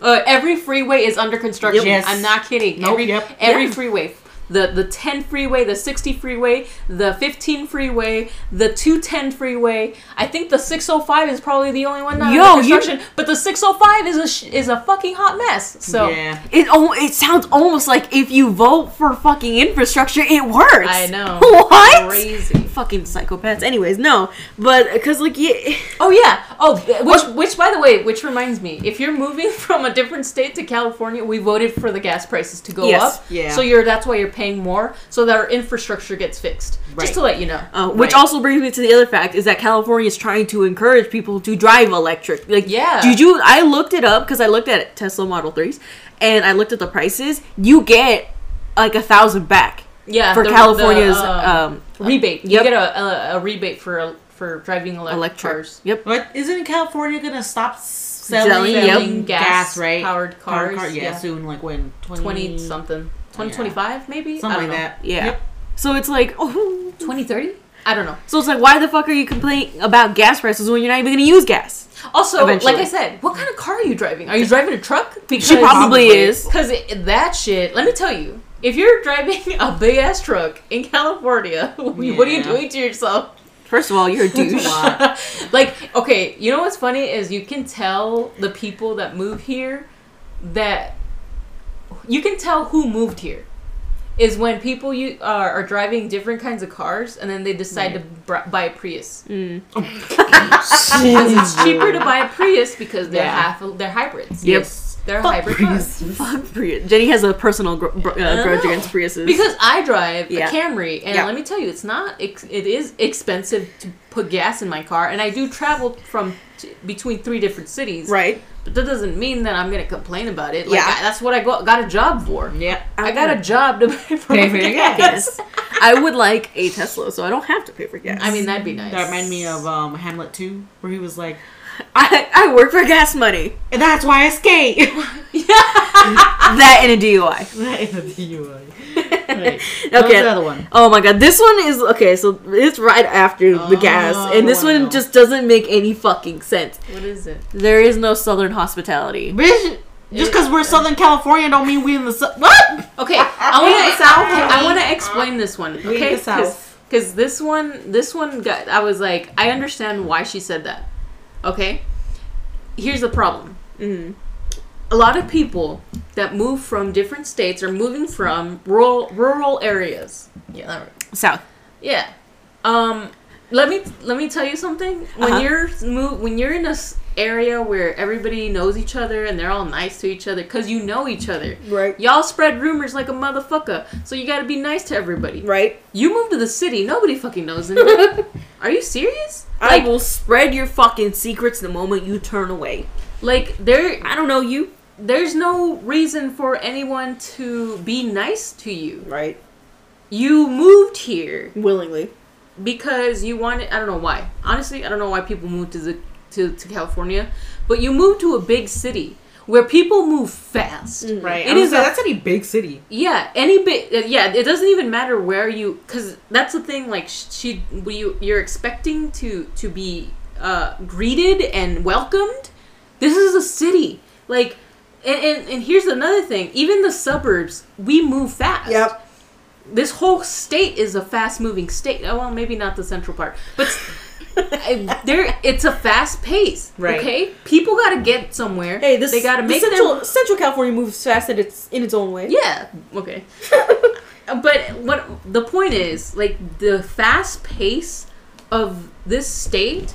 Speaker 2: uh, every freeway is under construction.
Speaker 3: Yes.
Speaker 2: I'm not kidding.
Speaker 3: Nope,
Speaker 2: every
Speaker 3: yep.
Speaker 2: every
Speaker 1: Yeah.
Speaker 2: freeway, the the 10 freeway, the 60 freeway, the 15 freeway, the 210 freeway. I think the 605 is probably the only one not
Speaker 1: Yo,
Speaker 2: under
Speaker 1: you-
Speaker 2: construction. But the 605 is a sh- is a fucking hot mess. So
Speaker 3: yeah.
Speaker 1: it al- it sounds almost like if you vote for fucking infrastructure, it works.
Speaker 2: I know.
Speaker 1: What?
Speaker 2: Crazy.
Speaker 1: fucking psychopaths. Anyways, no, but because like yeah,
Speaker 2: Oh yeah. Oh, which which by the way, which reminds me, if you're moving from a different state to California, we voted for the gas prices to go
Speaker 1: Yes.
Speaker 2: up.
Speaker 3: Yeah.
Speaker 2: So you're that's why you're paying more, so that our infrastructure gets fixed.
Speaker 3: Right.
Speaker 2: Just to let you know.
Speaker 1: uh, which
Speaker 3: Right.
Speaker 1: also brings me to the other fact is that California is trying to encourage people to drive electric. Like
Speaker 2: Yeah.
Speaker 1: did you? I looked it up because I looked at Tesla Model Threes and I looked at the prices. You get like a thousand back
Speaker 2: yeah.
Speaker 1: for
Speaker 2: the- the,
Speaker 1: California's
Speaker 2: um,
Speaker 1: um,
Speaker 2: rebate.
Speaker 1: yep.
Speaker 2: You get a, a, a rebate for uh, for driving elec-
Speaker 1: electric.
Speaker 2: cars.
Speaker 1: Yep.
Speaker 3: But isn't California gonna stop selling,
Speaker 1: Selling, yep.
Speaker 3: selling gas, right?
Speaker 2: Powered
Speaker 3: Car-
Speaker 2: cars.
Speaker 3: car- yeah,
Speaker 2: yeah.
Speaker 3: soon, like when 20,
Speaker 1: Mm.
Speaker 2: Twenty something. Twenty twenty five maybe?
Speaker 3: something
Speaker 2: I
Speaker 3: like
Speaker 2: don't know.
Speaker 3: that.
Speaker 1: Yeah.
Speaker 3: Yep.
Speaker 1: So it's like oh.
Speaker 2: Twenty thirty? I don't know.
Speaker 1: So it's like, why the fuck are you complaining about gas prices when you're not even gonna use gas?
Speaker 2: Also,
Speaker 1: Eventually.
Speaker 2: like I said, what kind of car are you driving? Are you driving a truck? Because
Speaker 1: She probably is.
Speaker 2: Because that shit, let me tell you, if you're driving a big ass truck in California, what are you
Speaker 3: Yeah.
Speaker 2: doing to yourself?
Speaker 1: First of all, you're a douche.
Speaker 3: That's a lot.
Speaker 2: like, okay, you know what's funny is you can tell the people that move here that you can tell who moved here is when people you are, are driving different kinds of cars and then they decide to br- buy a Prius. It's cheaper to buy a Prius because they're
Speaker 3: Yeah.
Speaker 2: half they're hybrids.
Speaker 1: Yep.
Speaker 3: Yes.
Speaker 2: They're
Speaker 1: Fuck
Speaker 2: hybrid cars.
Speaker 1: Fuck Prius. Jenny has a personal gr- br- uh,
Speaker 2: don't
Speaker 1: grudge
Speaker 2: know.
Speaker 1: against Priuses.
Speaker 2: Because I drive
Speaker 1: Yeah.
Speaker 2: a Camry, and
Speaker 1: Yeah.
Speaker 2: let me tell you, it's not. Ex- it is expensive to put gas in my car, and I do travel from t- between three different cities.
Speaker 1: right?
Speaker 2: But that doesn't mean that I'm gonna complain about it. Like,
Speaker 1: Yeah.
Speaker 2: I, that's what I go- got a job for.
Speaker 3: Yep.
Speaker 2: I got a job to pay for,
Speaker 3: Pay
Speaker 2: my
Speaker 3: for your
Speaker 2: gas.
Speaker 1: Yes. I would like a Tesla, so I don't have to pay for gas.
Speaker 2: I mean, that'd be nice.
Speaker 3: That reminded me of um, Hamlet 2, where he was like,
Speaker 1: I, I work for gas money.
Speaker 3: and that's why I skate.
Speaker 1: That and a DUI.
Speaker 3: That is a DUI.
Speaker 2: Right.
Speaker 3: That was
Speaker 1: Okay.
Speaker 3: the other one.
Speaker 1: Oh my god, this one is okay. So it's right after the gas,
Speaker 3: Oh,
Speaker 1: and this
Speaker 3: I
Speaker 1: one
Speaker 3: know.
Speaker 1: just doesn't make any fucking sense.
Speaker 2: What is it?
Speaker 1: There is no Southern hospitality.
Speaker 3: Bitch, just because we're Southern California don't mean we in the South. What?
Speaker 2: Okay, I
Speaker 3: We
Speaker 2: want
Speaker 3: in the
Speaker 2: to.
Speaker 3: South,
Speaker 2: I
Speaker 3: homie.
Speaker 2: want to explain this one.
Speaker 3: We in
Speaker 2: Okay,
Speaker 3: the South.
Speaker 2: because this one, this one got. I was like, I understand why she said that. Okay, here's the problem.
Speaker 3: Mm-hmm.
Speaker 1: Mm.
Speaker 2: A lot of people that move from different states are moving from rural rural areas. Yeah.
Speaker 1: South.
Speaker 2: Yeah. Um, let me let me tell you something. When
Speaker 1: Uh-huh.
Speaker 2: you're move, when you're in this area where everybody knows each other and they're all nice to each other because you know each other.
Speaker 1: Right.
Speaker 2: Y'all spread rumors like a motherfucker, so you gotta be nice to everybody.
Speaker 1: Right.
Speaker 2: You move to the city, nobody fucking knows anything. Are you serious?
Speaker 1: I
Speaker 2: Like,
Speaker 1: will spread your fucking secrets the moment you turn away.
Speaker 2: like there,
Speaker 1: I don't know you.
Speaker 2: there's no reason for anyone to be nice to you.
Speaker 1: Right.
Speaker 2: You moved here
Speaker 1: Willingly.
Speaker 2: because you wanted. I don't know why. Honestly, I don't know why people moved to the to, to California, but you moved to a big city where people move fast.
Speaker 3: Right.
Speaker 2: It
Speaker 3: It is.
Speaker 2: is a-
Speaker 3: that's any big city.
Speaker 2: Yeah, any bit. uh, Yeah, it doesn't even matter where you, because that's the thing. Like sh- she, we, you, you're expecting to to be uh, greeted and welcomed. This is a city. Like, and, and and here's another thing. Even the suburbs, we move fast.
Speaker 1: Yep.
Speaker 2: This whole state is a fast moving state. Oh well, maybe not the central part, but. s- I- there, it's a fast pace.
Speaker 3: Right.
Speaker 2: Okay, people got to get somewhere.
Speaker 1: Hey, this
Speaker 2: they got to
Speaker 1: the
Speaker 2: make their-
Speaker 1: Central, Central California moves fast in its in its own way.
Speaker 2: yeah. Okay. but what the point is, like the fast pace of this state,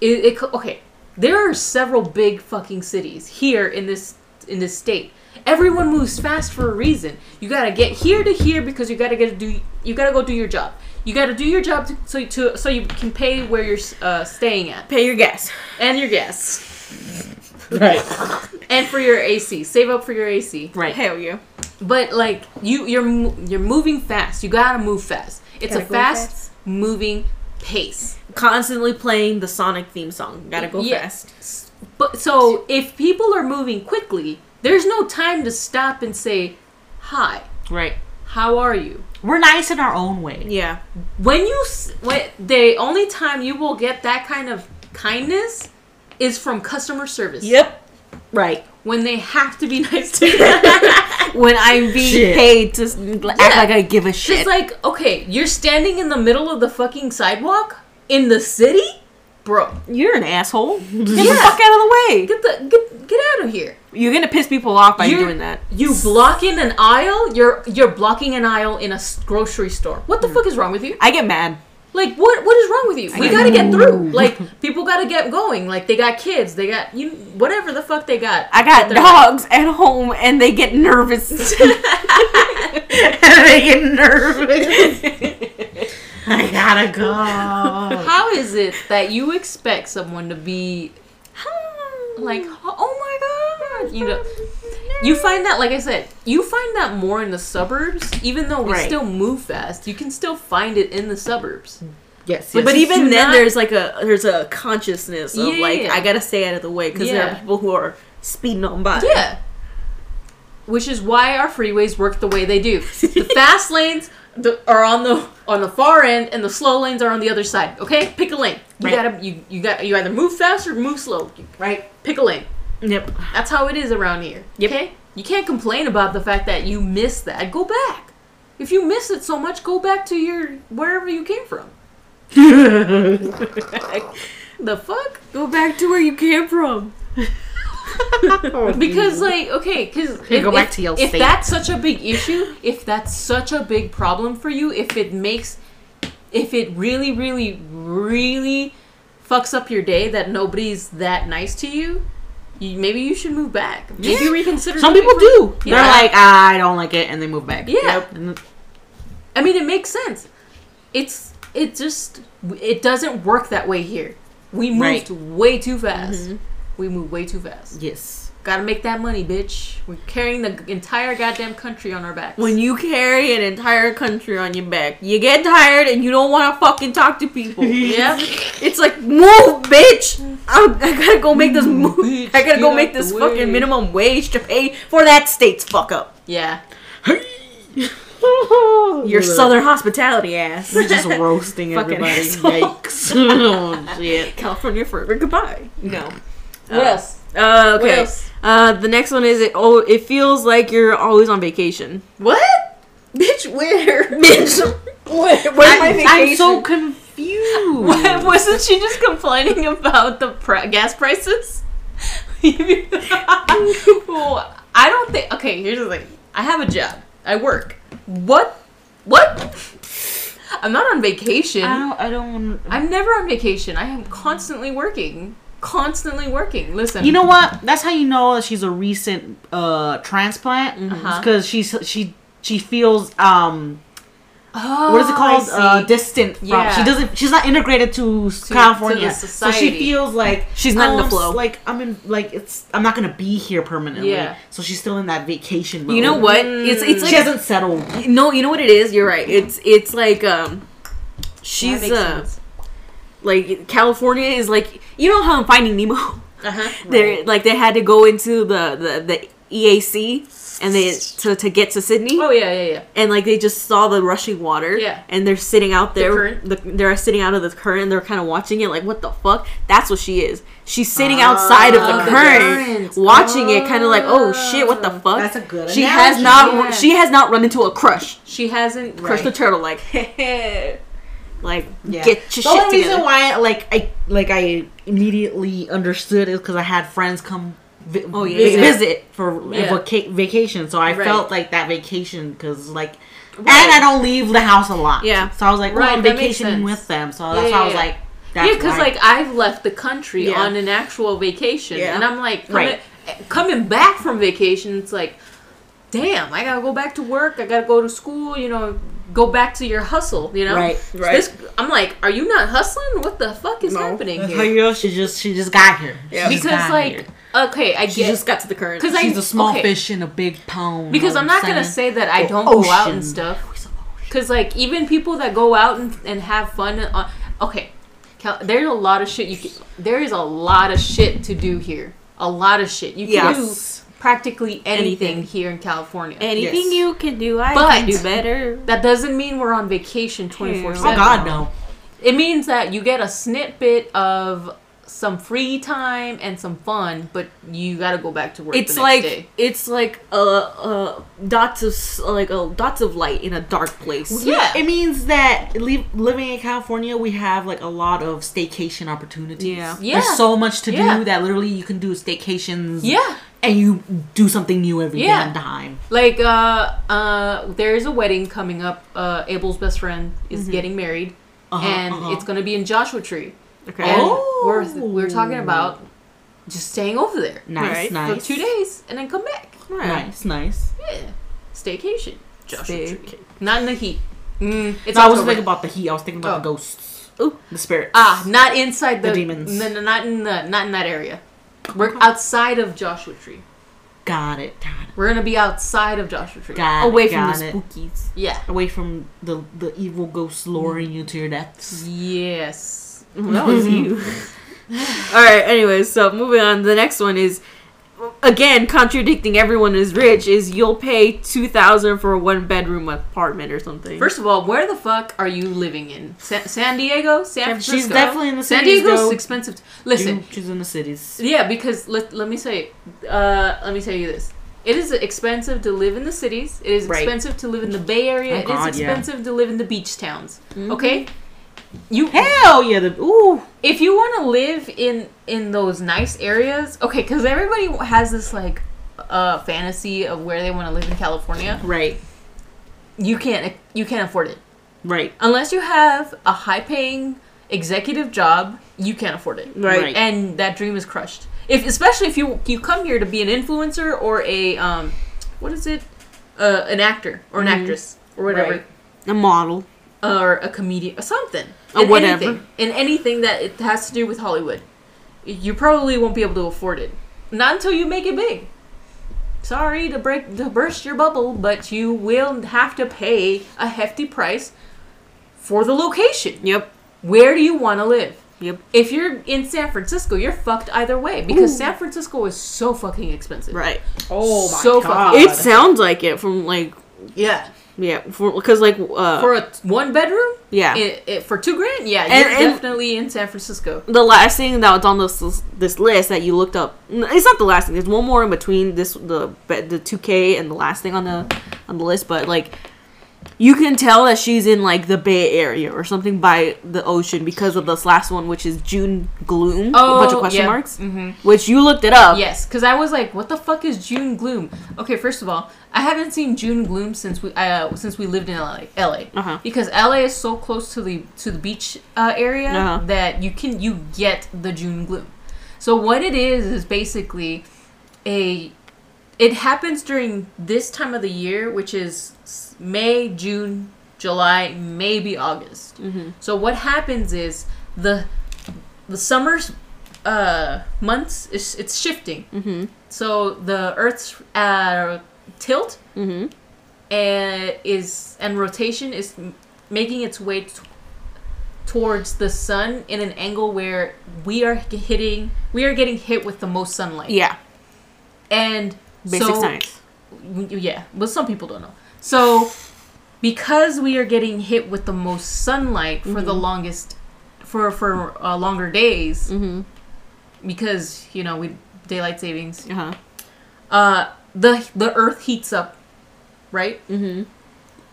Speaker 2: it, it co- okay. There are several big fucking cities here in this in this state. Everyone moves fast for a reason. You gotta get here to here because you gotta get to do. You gotta go do your job. You gotta do your job to, so to so you can pay where you're uh, staying at
Speaker 1: Pay your gas.
Speaker 2: and your gas
Speaker 3: Right.
Speaker 2: and for your AC. Save up for your AC.
Speaker 3: Right.
Speaker 1: Hell yeah.
Speaker 2: But like you, you're mo- you're moving fast. You gotta move fast. It's
Speaker 1: Gotta
Speaker 2: a
Speaker 1: go
Speaker 2: fast,
Speaker 1: fast.
Speaker 2: moving pace.
Speaker 1: Constantly playing the Sonic theme song. Gotta go
Speaker 2: Yeah.
Speaker 1: fast.
Speaker 2: But so if people are moving quickly, there's no time to stop and say, "Hi,
Speaker 3: Right.
Speaker 2: how are you?"
Speaker 3: We're nice in our own way.
Speaker 1: Yeah.
Speaker 2: When you s- when the only time you will get that kind of kindness is from customer service.
Speaker 1: Yep.
Speaker 3: Right.
Speaker 2: When they have to be nice to you.
Speaker 1: When I'm being
Speaker 3: Shit.
Speaker 1: paid to s- act like I give a shit.
Speaker 2: It's like, okay, you're standing in the middle of the fucking sidewalk in the city, bro.
Speaker 1: You're an asshole. Get the
Speaker 2: Yeah.
Speaker 1: fuck out of the way.
Speaker 2: Get the get get out of here.
Speaker 1: You're gonna piss people off by
Speaker 2: You're-
Speaker 1: doing that.
Speaker 2: You block in an aisle. You're you're blocking an aisle in a s- grocery store. What the fuck is wrong with you?
Speaker 1: I get mad.
Speaker 2: Like what what is wrong with you? We
Speaker 3: got
Speaker 2: gotta get
Speaker 3: you.
Speaker 2: through. Like people gotta get going. Like they got kids, they got you whatever the fuck they got.
Speaker 1: I got
Speaker 2: They're-
Speaker 1: dogs at home and they get nervous.
Speaker 3: they get nervous. I gotta go.
Speaker 2: How is it that you expect someone to be like, oh my god, you know? You find that, like I said, you find that more in the suburbs. Even though we
Speaker 1: Right.
Speaker 2: still move fast, you can still find it in the suburbs.
Speaker 3: Yes, yes.
Speaker 1: But
Speaker 2: Just
Speaker 1: even
Speaker 2: do
Speaker 1: then,
Speaker 2: not-
Speaker 1: there's like a there's a consciousness of like
Speaker 2: Yeah.
Speaker 1: I gotta stay out of the way because there
Speaker 2: Yeah.
Speaker 1: are people who are speeding on by.
Speaker 2: Yeah. Which is why our freeways work the way they do. The fast lanes the, are on the on the far end, and the slow lanes are on the other side. Okay, pick a lane. You
Speaker 3: Right.
Speaker 2: gotta you you got you either move fast or move slow.
Speaker 3: right.
Speaker 2: Pick a lane.
Speaker 3: Yep.
Speaker 2: That's how it is around here. Okay? You can't complain about the fact that you missed that. Go back. If you miss it so much, go back to your wherever you came from. the fuck?
Speaker 1: Go back to where you came from.
Speaker 2: Because like, okay, because
Speaker 3: You
Speaker 2: if,
Speaker 3: Oh, go back
Speaker 2: if-
Speaker 3: to your
Speaker 2: if
Speaker 3: state.
Speaker 2: that's such a big issue, if that's such a big problem for you, if it makes, if it really, really, really fucks up your day that nobody's that nice to you, you maybe you should move back. Maybe reconsider.
Speaker 3: some
Speaker 2: moving
Speaker 3: people do.
Speaker 2: from-
Speaker 3: They're
Speaker 2: Yeah.
Speaker 3: like, I don't like it, and they move back.
Speaker 2: Yeah.
Speaker 3: And-
Speaker 2: I mean, it makes sense. It's it just it doesn't work that way here. We moved
Speaker 3: Right. Mm-hmm.
Speaker 2: way too fast. We moved way too fast.
Speaker 3: Yes.
Speaker 2: Gotta make that money, bitch. We're carrying the entire goddamn country on our backs.
Speaker 1: When you carry an entire country on your back, you get tired and you don't want to fucking talk to people.
Speaker 2: yeah,
Speaker 1: It's like move, bitch. I'm, I gotta go make this move.
Speaker 2: bitch,
Speaker 1: I gotta
Speaker 2: get
Speaker 1: go
Speaker 2: out
Speaker 1: make
Speaker 2: the
Speaker 1: this
Speaker 2: way.
Speaker 1: fucking minimum wage to pay for that state's fuck up.
Speaker 2: yeah.
Speaker 1: Your
Speaker 3: Your
Speaker 1: southern hospitality ass.
Speaker 3: You're just roasting
Speaker 1: Fucking
Speaker 3: everybody.
Speaker 1: asshole.
Speaker 3: Yikes. oh, shit.
Speaker 1: California forever. Goodbye. No.
Speaker 2: What else?
Speaker 1: Uh, okay.
Speaker 2: What else?
Speaker 1: Uh, the next one is it. Oh, it feels like you're always on vacation.
Speaker 2: What? Bitch, where?
Speaker 1: Bitch, where's
Speaker 3: I'm, I'm so confused.
Speaker 2: What, wasn't she just complaining about the pri gas prices? Well, I don't think. Okay, here's the thing. I have a job. I work. What? What? I'm not on vacation.
Speaker 3: I don't. I don't.
Speaker 2: I'm never on vacation. I am constantly working. Constantly working. Listen.
Speaker 3: You know what? That's how you know that she's a recent uh transplant
Speaker 2: Uh-huh.
Speaker 3: because she's she she feels um
Speaker 2: Oh,
Speaker 3: what is it called
Speaker 2: I
Speaker 3: uh
Speaker 2: see.
Speaker 3: distant from
Speaker 2: Yeah.
Speaker 3: she doesn't she's not integrated to, s-
Speaker 2: to
Speaker 3: California
Speaker 2: the
Speaker 3: so
Speaker 2: society.
Speaker 3: she feels like
Speaker 1: She's not in
Speaker 3: oh,
Speaker 1: the
Speaker 3: I'm s-
Speaker 1: flow.
Speaker 3: like I'm in like it's I'm not gonna be here permanently
Speaker 2: Yeah.
Speaker 3: so she's still in that vacation mode.
Speaker 1: You know what? It's it's
Speaker 3: she
Speaker 1: like
Speaker 3: hasn't settled
Speaker 1: no. You know what it is. You're right. It's it's like um,
Speaker 2: That
Speaker 1: she's
Speaker 2: makes
Speaker 1: uh
Speaker 2: sense.
Speaker 1: like California is like you know how I'm Finding Nemo.
Speaker 2: Uh-huh.
Speaker 1: They like they had to go into the the, the EAC and they to to get to Sydney.
Speaker 2: Oh yeah, yeah, yeah.
Speaker 1: and like they just saw the rushing water
Speaker 2: Yeah.
Speaker 1: and they're sitting out there
Speaker 2: current?
Speaker 1: the they're sitting out of the current they're kind of watching it like what the fuck that's what she is she's sitting outside of
Speaker 2: Ah,
Speaker 1: the
Speaker 2: the
Speaker 1: current
Speaker 2: current. Ah.
Speaker 1: watching it kind of like oh shit what the fuck
Speaker 3: That's a good
Speaker 1: she
Speaker 3: analogy.
Speaker 1: has not
Speaker 2: Yeah.
Speaker 1: she has not run into a crush
Speaker 2: She hasn't.
Speaker 1: crush the
Speaker 3: Right.
Speaker 1: turtle like like
Speaker 3: Yeah.
Speaker 1: get your
Speaker 3: the
Speaker 1: shit
Speaker 3: only reason
Speaker 1: together
Speaker 3: why like I like I immediately understood is because I had friends come vi-
Speaker 1: Oh, yeah.
Speaker 3: vi-
Speaker 1: Visit.
Speaker 3: visit for
Speaker 2: Yeah.
Speaker 3: vaca- vacation, so I
Speaker 2: Right.
Speaker 3: felt like that vacation because like, and I don't leave the house a lot.
Speaker 1: Yeah.
Speaker 3: so I was like, well,
Speaker 2: Right,
Speaker 3: I'm
Speaker 2: that makes
Speaker 3: vacationing
Speaker 2: sense.
Speaker 3: with them, so
Speaker 2: Yeah,
Speaker 3: that's why I was
Speaker 2: yeah,
Speaker 3: like, that's
Speaker 2: Yeah, because
Speaker 3: why.
Speaker 2: like I've left the country
Speaker 1: Yeah.
Speaker 2: on an actual vacation,
Speaker 1: Yeah.
Speaker 2: and I'm like, coming,
Speaker 3: Right.
Speaker 2: coming back from vacation, it's like, damn, I gotta go back to work. I gotta go to school. You know, go back to your hustle. You know,
Speaker 3: Right,
Speaker 2: So
Speaker 1: right.
Speaker 2: This, I'm like, are you not hustling? What the fuck is
Speaker 1: No.
Speaker 2: happening
Speaker 3: That's how
Speaker 2: here?
Speaker 3: you know she just she just got here.
Speaker 1: Yeah.
Speaker 3: She just
Speaker 2: Because
Speaker 3: got
Speaker 2: like,
Speaker 3: here.
Speaker 2: okay, I
Speaker 1: she
Speaker 2: get
Speaker 1: just got to the current
Speaker 2: because
Speaker 3: she's
Speaker 2: I,
Speaker 3: a small
Speaker 2: okay,
Speaker 3: fish in a big pond.
Speaker 2: Because
Speaker 3: know
Speaker 2: I'm
Speaker 3: what
Speaker 2: not gonna
Speaker 3: saying?
Speaker 2: say that I
Speaker 3: Oh,
Speaker 2: don't go out and
Speaker 3: ocean.
Speaker 2: stuff.
Speaker 3: Always an ocean.
Speaker 2: Because, like, even people that go out and, and have fun. On, okay, Cal- there's a lot of shit you can. There is a lot of shit to do here. A lot of shit. You can
Speaker 1: Yes.
Speaker 2: do practically anything,
Speaker 1: Anything.
Speaker 2: here in California.
Speaker 1: anything
Speaker 3: Yes.
Speaker 1: you can do I
Speaker 2: But-
Speaker 1: can do better
Speaker 2: that doesn't mean we're on vacation 24 7.
Speaker 3: Oh God, no.
Speaker 2: It means that you get a snippet of some free time and some fun, but you gotta go back to work.
Speaker 1: it's
Speaker 2: the next
Speaker 1: like
Speaker 2: day.
Speaker 1: it's like uh uh dots of s- like uh, dots of light in a dark place.
Speaker 2: Yeah.
Speaker 3: It means that li- living in California, we have like a lot of staycation opportunities.
Speaker 1: Yeah.
Speaker 2: Yeah.
Speaker 3: There's so much to
Speaker 2: Yeah.
Speaker 3: do that literally you can do staycations.
Speaker 2: Yeah.
Speaker 3: And you do something new every
Speaker 2: Yeah.
Speaker 3: damn time.
Speaker 2: Like, uh,
Speaker 1: Mm-hmm.
Speaker 2: uh, there is a wedding coming up. Uh, Abel's best friend is getting married.
Speaker 3: Uh-huh,
Speaker 2: and
Speaker 3: uh-huh.
Speaker 2: it's gonna be in Joshua Tree.
Speaker 1: Okay.
Speaker 2: And
Speaker 3: Oh.
Speaker 2: we're we're talking about just staying over there
Speaker 3: nice,
Speaker 1: Right, for
Speaker 2: for
Speaker 3: nice,
Speaker 2: two days and then come back.
Speaker 1: All right.
Speaker 3: nice, nice.
Speaker 2: Yeah, staycation. Joshua Tree.
Speaker 1: Stayca-
Speaker 2: Not in the heat. Mm, it's
Speaker 3: No, I wasn't
Speaker 2: October.
Speaker 3: thinking about the heat. I was thinking about the
Speaker 2: Oh.
Speaker 3: ghosts,
Speaker 1: Ooh.
Speaker 3: the spirits.
Speaker 2: Ah, not inside the,
Speaker 3: The demons.
Speaker 2: No, no, not in the not in that area. We're outside of Joshua Tree.
Speaker 3: got it. Got it.
Speaker 2: We're gonna be outside of Joshua Tree. Oh,
Speaker 3: Got it.
Speaker 1: Away
Speaker 3: got
Speaker 1: from the
Speaker 3: it.
Speaker 1: spookies.
Speaker 2: Yeah.
Speaker 3: Away from the the evil ghosts luring you to your deaths.
Speaker 2: Yes.
Speaker 1: that was you. Mm-hmm. All right. Anyways, so moving on. The next one is again contradicting everyone is rich. Is you'll pay two thousand for a one bedroom apartment or something?
Speaker 2: First of all, where the fuck are you living in? Sa- San Diego, San Francisco.
Speaker 3: She's definitely in the
Speaker 2: San
Speaker 3: cities.
Speaker 2: Diego's
Speaker 3: though.
Speaker 2: expensive. t- Listen,
Speaker 3: Dude, she's in the cities.
Speaker 2: yeah, because let, let me say, uh, let me tell you this. It is expensive to live in the cities. It is
Speaker 3: Right.
Speaker 2: expensive to live in the Bay Area.
Speaker 3: Oh,
Speaker 2: It is
Speaker 3: God, yeah. Mm-hmm.
Speaker 2: expensive to live in the beach towns. Okay, you
Speaker 3: Hell yeah! The ooh.
Speaker 2: if you want to live in in those nice areas okay because everybody has this like uh fantasy of where they want to live in california
Speaker 3: Right.
Speaker 2: you can't you can't afford it
Speaker 3: Right.
Speaker 2: unless you have a high paying executive job you can't afford it
Speaker 1: right.
Speaker 3: Right.
Speaker 2: and that dream is crushed if especially if you you come here to be an influencer or a um what is it uh, an actor or an actress or whatever
Speaker 3: Right. A model.
Speaker 2: or a comedian or something
Speaker 3: Or
Speaker 2: in
Speaker 3: whatever.
Speaker 2: anything, in anything that it has to do with hollywood you probably won't be able to afford it not until you make it big sorry to break to burst your bubble but you will have to pay a hefty price for the location
Speaker 1: Yep.
Speaker 2: where do you want to live
Speaker 1: Yep.
Speaker 2: if you're in san francisco you're fucked either way because san francisco is so fucking expensive
Speaker 1: Right.
Speaker 3: Oh
Speaker 2: my So God.
Speaker 1: It sounds like it from like
Speaker 2: yeah
Speaker 1: yeah because like uh
Speaker 2: for a one bedroom
Speaker 1: yeah
Speaker 2: it, it, for two grand yeah
Speaker 1: And-
Speaker 2: you're
Speaker 1: and-
Speaker 2: definitely in san francisco
Speaker 1: the last thing that was on this this list that you looked up n- it's not the last thing there's one more in between this the the 2k and the last thing on the on the list but like you can tell that she's in like the bay area or something by the ocean because of this last one which is june gloom a bunch of
Speaker 2: Oh,
Speaker 1: question
Speaker 2: yeah.
Speaker 1: marks which you looked it up
Speaker 2: Yes, because I was like, "What the fuck is June Gloom?" Okay, first of all, I haven't seen June Gloom since we uh, since we lived in LA, LA,
Speaker 1: Uh-huh.
Speaker 2: because LA is so close to the to the beach uh, area
Speaker 1: Uh-huh.
Speaker 2: that you can you get the June Gloom. So what it is is basically a it happens during this time of the year, which is s- May, June, July, maybe August.
Speaker 1: Mm-hmm.
Speaker 2: So what happens is the the summer's uh, months is it's shifting. Mm-hmm. So the Earth's uh, tilt
Speaker 1: Mm-hmm.
Speaker 2: uh, is and rotation is m- making its way t- towards the sun in an angle where we are g- hitting we are getting hit with the most sunlight.
Speaker 1: yeah
Speaker 2: And
Speaker 1: basic
Speaker 2: so,
Speaker 1: science
Speaker 2: w- yeah, but some people don't know. So, because we are getting hit with the most sunlight for the longest, for for uh, longer days, because you know we daylight savings,
Speaker 1: uh-huh
Speaker 2: uh, the the Earth heats up, right? Mm-hmm.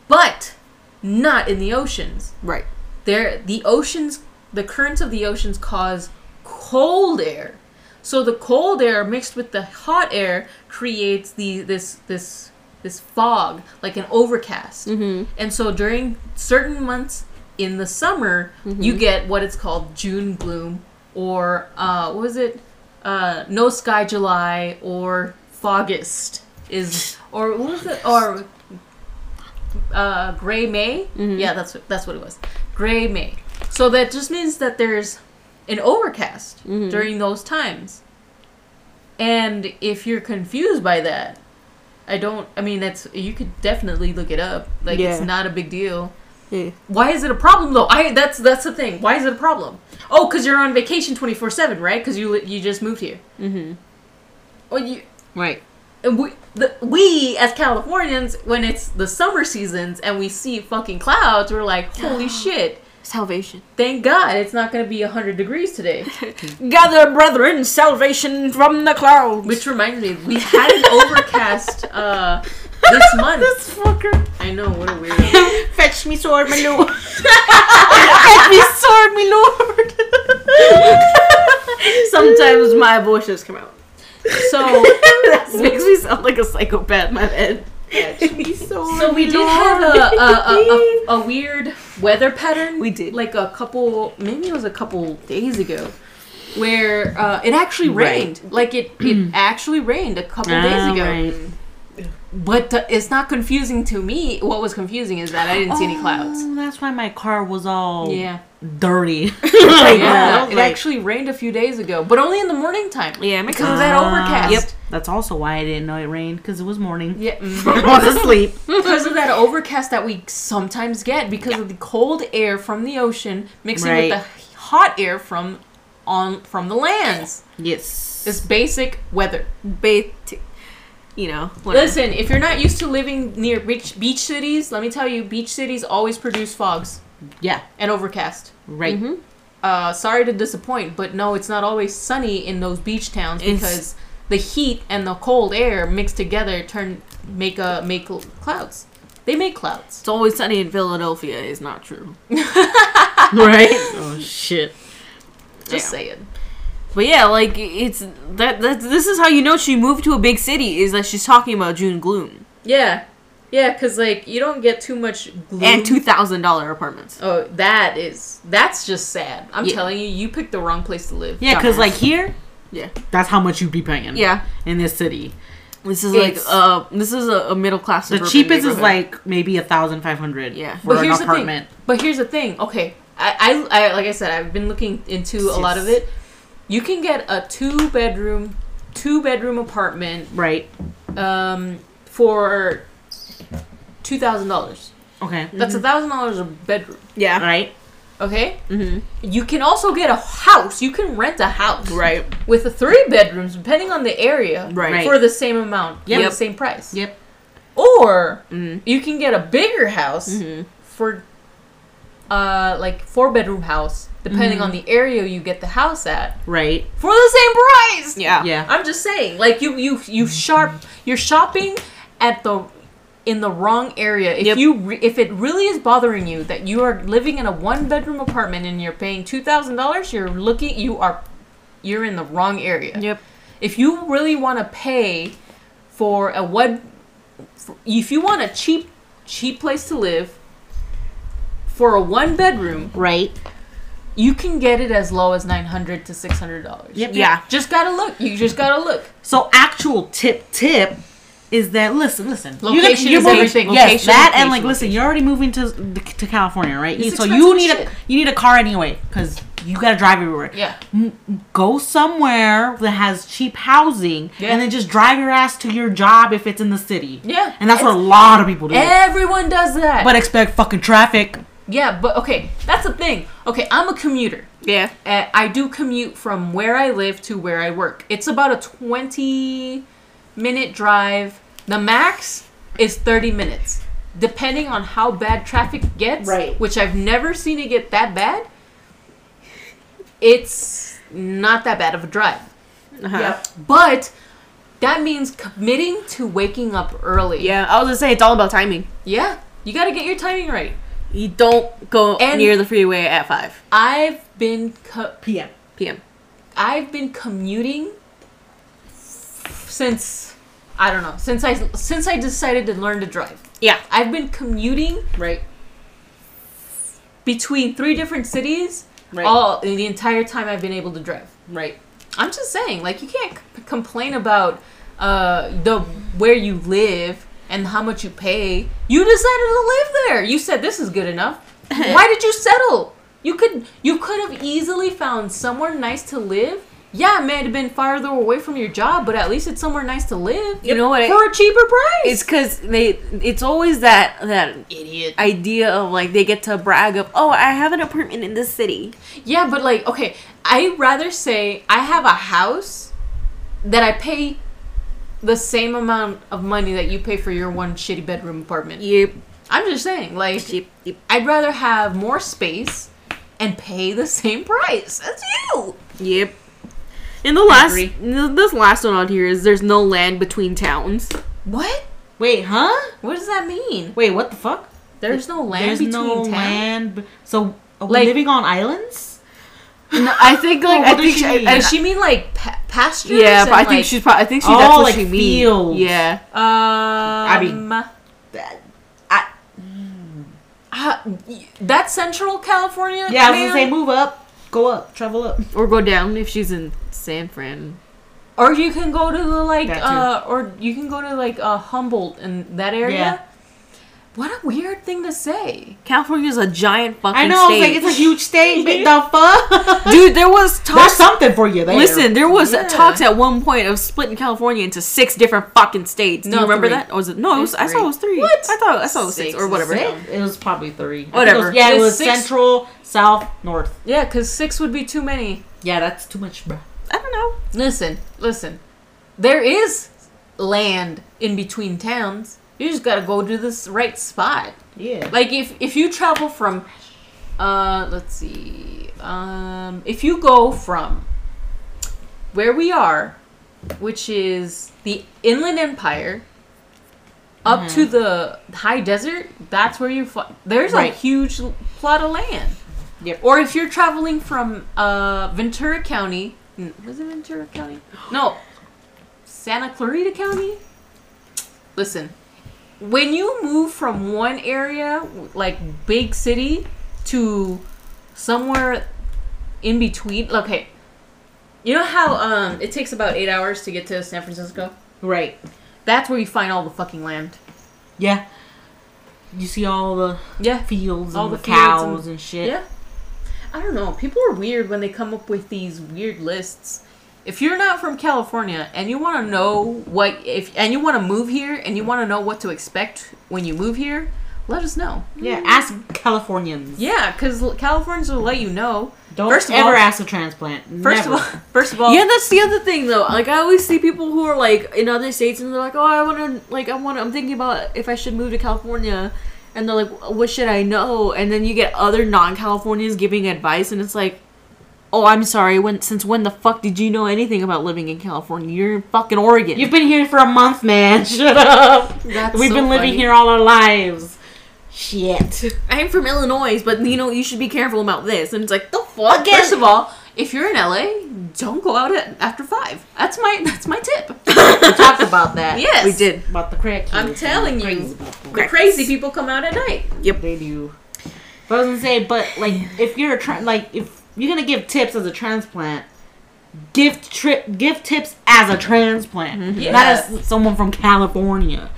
Speaker 2: But not in the oceans.
Speaker 1: right
Speaker 2: There, the oceans, the currents of the oceans cause cold air. So the cold air mixed with the hot air creates the this this this fog, like an overcast. Mm-hmm. And so during certain months in the summer, you get what it's called June gloom, or uh, what was it? Uh, no sky July or fogist is or what was it or uh, gray May. Yeah, that's what, that's what it was. Gray May. So that just means that there's an overcast during those times. And if you're confused by that, I don't. I mean, that's you could definitely look it up. Like it's
Speaker 1: Yeah.
Speaker 2: not a big deal.
Speaker 1: yeah
Speaker 2: Why is it a problem though? I that's that's the thing. Why is it a problem? Oh, because you're on vacation twenty four seven, right? Because you li- you just moved here. Mm-hmm. Or you
Speaker 3: Right.
Speaker 2: and we, the, we as Californians, when it's the summer seasons and we see fucking clouds, we're like, holy shit!
Speaker 1: salvation
Speaker 2: Thank God it's not going to be hundred degrees today.
Speaker 1: gather brethren salvation from the clouds
Speaker 2: Which reminds me, we had an overcast uh, this month.
Speaker 3: This fucker.
Speaker 2: I know what a weirdo.
Speaker 3: Fetch me sword, my lord. Fetch me sword, my lord.
Speaker 1: sometimes my voices come out
Speaker 2: So,
Speaker 1: that makes me sound like a psychopath in my head
Speaker 2: so we did have a a, a, a, a weird weather pattern.
Speaker 1: We did.
Speaker 2: like a couple, maybe it was a couple days ago, where uh, it actually rained. Like it, it actually rained a couple days
Speaker 3: Ah,
Speaker 2: ago.
Speaker 3: right.
Speaker 2: But uh, it's not confusing to me. What was confusing is that I didn't see any clouds.
Speaker 3: Oh, that's why my car was all
Speaker 2: Yeah,
Speaker 3: dirty. like
Speaker 2: yeah.
Speaker 3: that. I was
Speaker 2: It
Speaker 3: like,
Speaker 2: actually rained a few days ago, but only in the morning time.
Speaker 1: Yeah, it makes
Speaker 2: because of
Speaker 1: sense.
Speaker 2: that
Speaker 3: Ah.
Speaker 2: overcast.
Speaker 1: Yep.
Speaker 3: That's also why I didn't know it rained because it was morning.
Speaker 2: Yeah. mm.
Speaker 3: I was asleep.
Speaker 2: because of that overcast that we sometimes get because of the cold air from the ocean mixing
Speaker 3: Right.
Speaker 2: with the hot air from on from the lands.
Speaker 3: Yes.
Speaker 2: It's basic weather.
Speaker 1: Bait, you know. whatever.
Speaker 2: Listen, if you're not used to living near beach beach cities, let me tell you, beach cities always produce fogs
Speaker 3: yeah.
Speaker 2: and overcast.
Speaker 3: Right.
Speaker 1: Mm-hmm.
Speaker 2: Uh, sorry to disappoint, but no, it's not always sunny in those beach towns
Speaker 1: It's-
Speaker 2: because the heat and the cold air mixed together turn make a make clouds. They make clouds.
Speaker 1: It's always sunny in Philadelphia is not true.
Speaker 3: Right. oh shit.
Speaker 2: Just
Speaker 1: Yeah.
Speaker 2: saying.
Speaker 1: But yeah, like it's that that this is how you know she moved to a big city is that she's talking about June gloom
Speaker 2: Yeah, yeah, because like you don't get too much gloom.
Speaker 1: and two thousand dollar apartments.
Speaker 2: oh, that is that's just sad. I'm
Speaker 1: Yeah.
Speaker 2: telling you, you picked the wrong place to live.
Speaker 3: Yeah, because like here,
Speaker 1: Yeah,
Speaker 3: that's how much you'd be paying.
Speaker 1: yeah.
Speaker 3: In this city,
Speaker 1: This is like
Speaker 2: It's-
Speaker 1: uh, this is a, a middle class.
Speaker 3: the
Speaker 1: suburban
Speaker 3: cheapest is
Speaker 1: neighborhood.
Speaker 3: like maybe a thousand five hundred.
Speaker 1: Yeah.
Speaker 3: For
Speaker 2: But
Speaker 3: an
Speaker 2: here's the thing.
Speaker 3: apartment.
Speaker 2: But here's the thing. Okay, I, I, I like I said, I've been looking into a lot of
Speaker 3: Yes.
Speaker 2: it. You can get a two bedroom, two bedroom apartment
Speaker 3: Right.
Speaker 2: um, for two thousand dollars.
Speaker 3: Okay.
Speaker 2: That's a thousand dollars a bedroom.
Speaker 1: yeah,
Speaker 3: Right.
Speaker 2: Okay,
Speaker 1: Mhm.
Speaker 2: you can also get a house. You can rent a house.
Speaker 1: right,
Speaker 2: with the three bedrooms, depending on the area,
Speaker 1: Right.
Speaker 2: for the same amount,
Speaker 3: Yep.
Speaker 2: for the same price.
Speaker 3: Yep.
Speaker 2: Or
Speaker 1: Mhm.
Speaker 2: you can get a bigger house for, uh, like four bedroom house, depending on the area you get the house at,
Speaker 3: Right.
Speaker 2: for the same price.
Speaker 1: yeah,
Speaker 3: Yeah.
Speaker 2: I'm just saying, like you, you, you sharp, you're shopping at the in the wrong area. If
Speaker 1: Yep.
Speaker 2: you, re- if it really is bothering you that you are living in a one bedroom apartment and you're paying two thousand dollars, you're looking, you are, you're in the wrong area
Speaker 1: Yep.
Speaker 2: if you really want to pay for a what if you want a cheap cheap place to live for a one bedroom
Speaker 3: Right.
Speaker 2: you can get it as low as 900 to 600 dollars
Speaker 3: Yep.
Speaker 1: Yeah.
Speaker 2: just gotta look you just gotta look
Speaker 3: So actual tip tip is that listen listen You're gonna-
Speaker 2: Location
Speaker 3: you're
Speaker 2: is
Speaker 3: moving-
Speaker 2: everything.
Speaker 3: Yes,
Speaker 2: Location,
Speaker 3: that and like
Speaker 2: location,
Speaker 3: listen, you're already moving to to California, right?
Speaker 2: It's
Speaker 3: so
Speaker 2: expensive
Speaker 3: you need
Speaker 2: shit.
Speaker 3: a you need a car anyway because you gotta drive everywhere.
Speaker 2: yeah
Speaker 3: Go somewhere that has cheap housing
Speaker 2: Yeah.
Speaker 3: and then just drive your ass to your job if it's in the city.
Speaker 2: Yeah.
Speaker 3: and that's what a lot of people do.
Speaker 2: everyone does that
Speaker 3: but expect fucking traffic.
Speaker 2: yeah but okay that's the thing okay i'm a commuter
Speaker 1: yeah.
Speaker 2: uh, I do commute from where I live to where I work. It's about a 20 minute drive. The max is 30 minutes, depending on how bad traffic gets,
Speaker 3: Right.
Speaker 2: which I've never seen it get that bad. It's not that bad of a drive.
Speaker 1: Uh-huh.
Speaker 3: Yeah.
Speaker 2: But that means committing to waking up early.
Speaker 1: Yeah, I was gonna say it's all about timing.
Speaker 2: Yeah. You got to get your timing right.
Speaker 1: You don't go
Speaker 2: And-
Speaker 1: near the freeway at five
Speaker 2: I've been co-
Speaker 3: PM.
Speaker 1: p.m.
Speaker 2: I've been commuting since I don't know since I since I decided to learn to drive.
Speaker 1: Yeah,
Speaker 2: I've been commuting
Speaker 1: right.
Speaker 2: between three different cities
Speaker 1: Right.
Speaker 2: all the entire time I've been able to drive.
Speaker 1: Right.
Speaker 2: I'm just saying, like you can't c- complain about uh, the where you live and how much you pay. You decided to live there. You said this is good enough. Why did you settle? You could you could have easily found somewhere nice to live. Yeah, it may have been farther away from your job, but at least it's somewhere nice to live
Speaker 1: You know what? I-
Speaker 2: for a cheaper price.
Speaker 1: It's because they. It's always that that idiot idea of like they get to brag of oh I have an apartment in this city.
Speaker 2: Yeah, but like, okay, I rather say I have a house that I pay the same amount of money that you pay for your one shitty bedroom apartment.
Speaker 1: Yep.
Speaker 2: I'm just saying, like,
Speaker 1: Yep. Yep.
Speaker 2: I'd rather have more space and pay the same price as you.
Speaker 1: Yep. And the last,
Speaker 2: agree.
Speaker 1: th- this last one on here is there's no land between towns.
Speaker 2: What?
Speaker 3: Wait, huh?
Speaker 2: What does that mean?
Speaker 3: Wait, what the fuck?
Speaker 2: There's no land
Speaker 3: There's
Speaker 2: between
Speaker 3: no
Speaker 2: towns.
Speaker 3: land. b- So are we
Speaker 2: Like-
Speaker 3: living on islands?
Speaker 1: No, I think like
Speaker 3: Well,
Speaker 1: I
Speaker 3: what does
Speaker 1: think
Speaker 3: she
Speaker 1: I-
Speaker 3: mean?
Speaker 1: I-
Speaker 2: Does she mean like pa- pastures?
Speaker 1: yeah, but
Speaker 2: and,
Speaker 1: I think
Speaker 2: like,
Speaker 1: she's probably I think she
Speaker 3: Oh,
Speaker 1: that's what
Speaker 3: like
Speaker 1: she means.
Speaker 3: fields.
Speaker 1: Yeah.
Speaker 2: Um, I mean,
Speaker 3: mean-
Speaker 2: I
Speaker 3: That- I,
Speaker 2: Ah, that's Central California.
Speaker 3: Yeah, I was
Speaker 2: ma'am?
Speaker 3: gonna say move up, go up, travel up.
Speaker 1: Or go down if she's in San Fran.
Speaker 2: Or you can go to the like,
Speaker 3: That too.
Speaker 2: uh, or you can go to like uh, Humboldt in that area.
Speaker 3: Yeah.
Speaker 2: What a weird thing to say.
Speaker 1: California's a giant fucking
Speaker 3: I know, I was
Speaker 1: state.
Speaker 3: like it's a huge state. big the fuck?
Speaker 1: Dude, there was
Speaker 3: There's
Speaker 1: talks.
Speaker 3: something for you there.
Speaker 1: Listen, there was
Speaker 2: Yeah.
Speaker 1: talks at one point of splitting California into six different fucking states. Do
Speaker 2: No,
Speaker 1: you remember
Speaker 2: three.
Speaker 1: that? Or was it no? It was,
Speaker 2: It's
Speaker 1: I saw it was three.
Speaker 2: What?
Speaker 1: I thought I saw it was six,
Speaker 2: Six
Speaker 1: or
Speaker 2: is
Speaker 1: whatever.
Speaker 2: six.
Speaker 3: It was probably three. I think it
Speaker 1: Whatever.
Speaker 3: was- yeah, it
Speaker 2: There's
Speaker 3: was
Speaker 2: six-
Speaker 3: central, south, north.
Speaker 2: Yeah, because six would be too many.
Speaker 3: Yeah, that's too much, bruh.
Speaker 1: I don't know.
Speaker 2: Listen, listen. There is land in between towns. You just gotta go to this right spot.
Speaker 3: Yeah.
Speaker 2: Like if if you travel from, uh, let's see, um, if you go from where we are, which is the Inland Empire, up to the high desert, that's where you fi- there's
Speaker 3: Mm-hmm. Right.
Speaker 2: a huge plot of land.
Speaker 3: Yep.
Speaker 2: Or if you're traveling from uh, Ventura County, n- was it Ventura County? No, Santa Clarita County. Listen, when you move from one area, like big city, to somewhere in between, okay. You know how um, it takes about eight hours to get to San Francisco?
Speaker 3: right.
Speaker 2: That's where you find all the fucking land.
Speaker 3: Yeah. You see all the
Speaker 2: Yeah.
Speaker 3: fields
Speaker 2: All
Speaker 3: and
Speaker 2: the
Speaker 3: the,
Speaker 2: fields
Speaker 3: cows
Speaker 2: and-
Speaker 3: and, shit.
Speaker 2: Yeah. I don't know. People are weird when they come up with these weird lists. If you're not from California and you want to know what if and you want to move here and you want to know what to expect when you move here, let us know.
Speaker 3: Yeah, ask Californians.
Speaker 2: Yeah, cuz Californians will let you know.
Speaker 3: Don't
Speaker 2: First of
Speaker 3: ever
Speaker 2: all-
Speaker 3: ask a transplant.
Speaker 2: First
Speaker 3: Never.
Speaker 2: of all, first of all,
Speaker 1: yeah, that's the other thing though. Like I always see people who are like in other states and they're like, "Oh, I want to like I want to I'm thinking about if I should move to California." And they're like, "What should I know?" And then you get other non-Californians giving advice and it's like, "Oh, I'm sorry. When since when the fuck did you know anything about living in California? You're in fucking Oregon."
Speaker 3: You've been here for a month, man. Shut up.
Speaker 2: That's
Speaker 3: We've
Speaker 2: so
Speaker 3: been living
Speaker 2: funny.
Speaker 3: here all our lives. Shit.
Speaker 1: I'm from Illinois, but you know, you should be careful about this. And it's like, the fuck?
Speaker 2: first of all, if you're in LA, don't go out at, after 5. That's my that's my tip.
Speaker 3: We talked about that.
Speaker 2: Yes.
Speaker 1: we did.
Speaker 3: About the crack.
Speaker 2: I'm
Speaker 3: kids
Speaker 2: telling
Speaker 3: and the
Speaker 2: you.
Speaker 3: crazy people.
Speaker 2: The crazy people come out at night.
Speaker 3: They do. But I was gonna say, but like, if you're a tra- like, if you're gonna give tips as a transplant, give trip, give tips as a transplant,
Speaker 2: Mm-hmm.
Speaker 3: not as someone from California,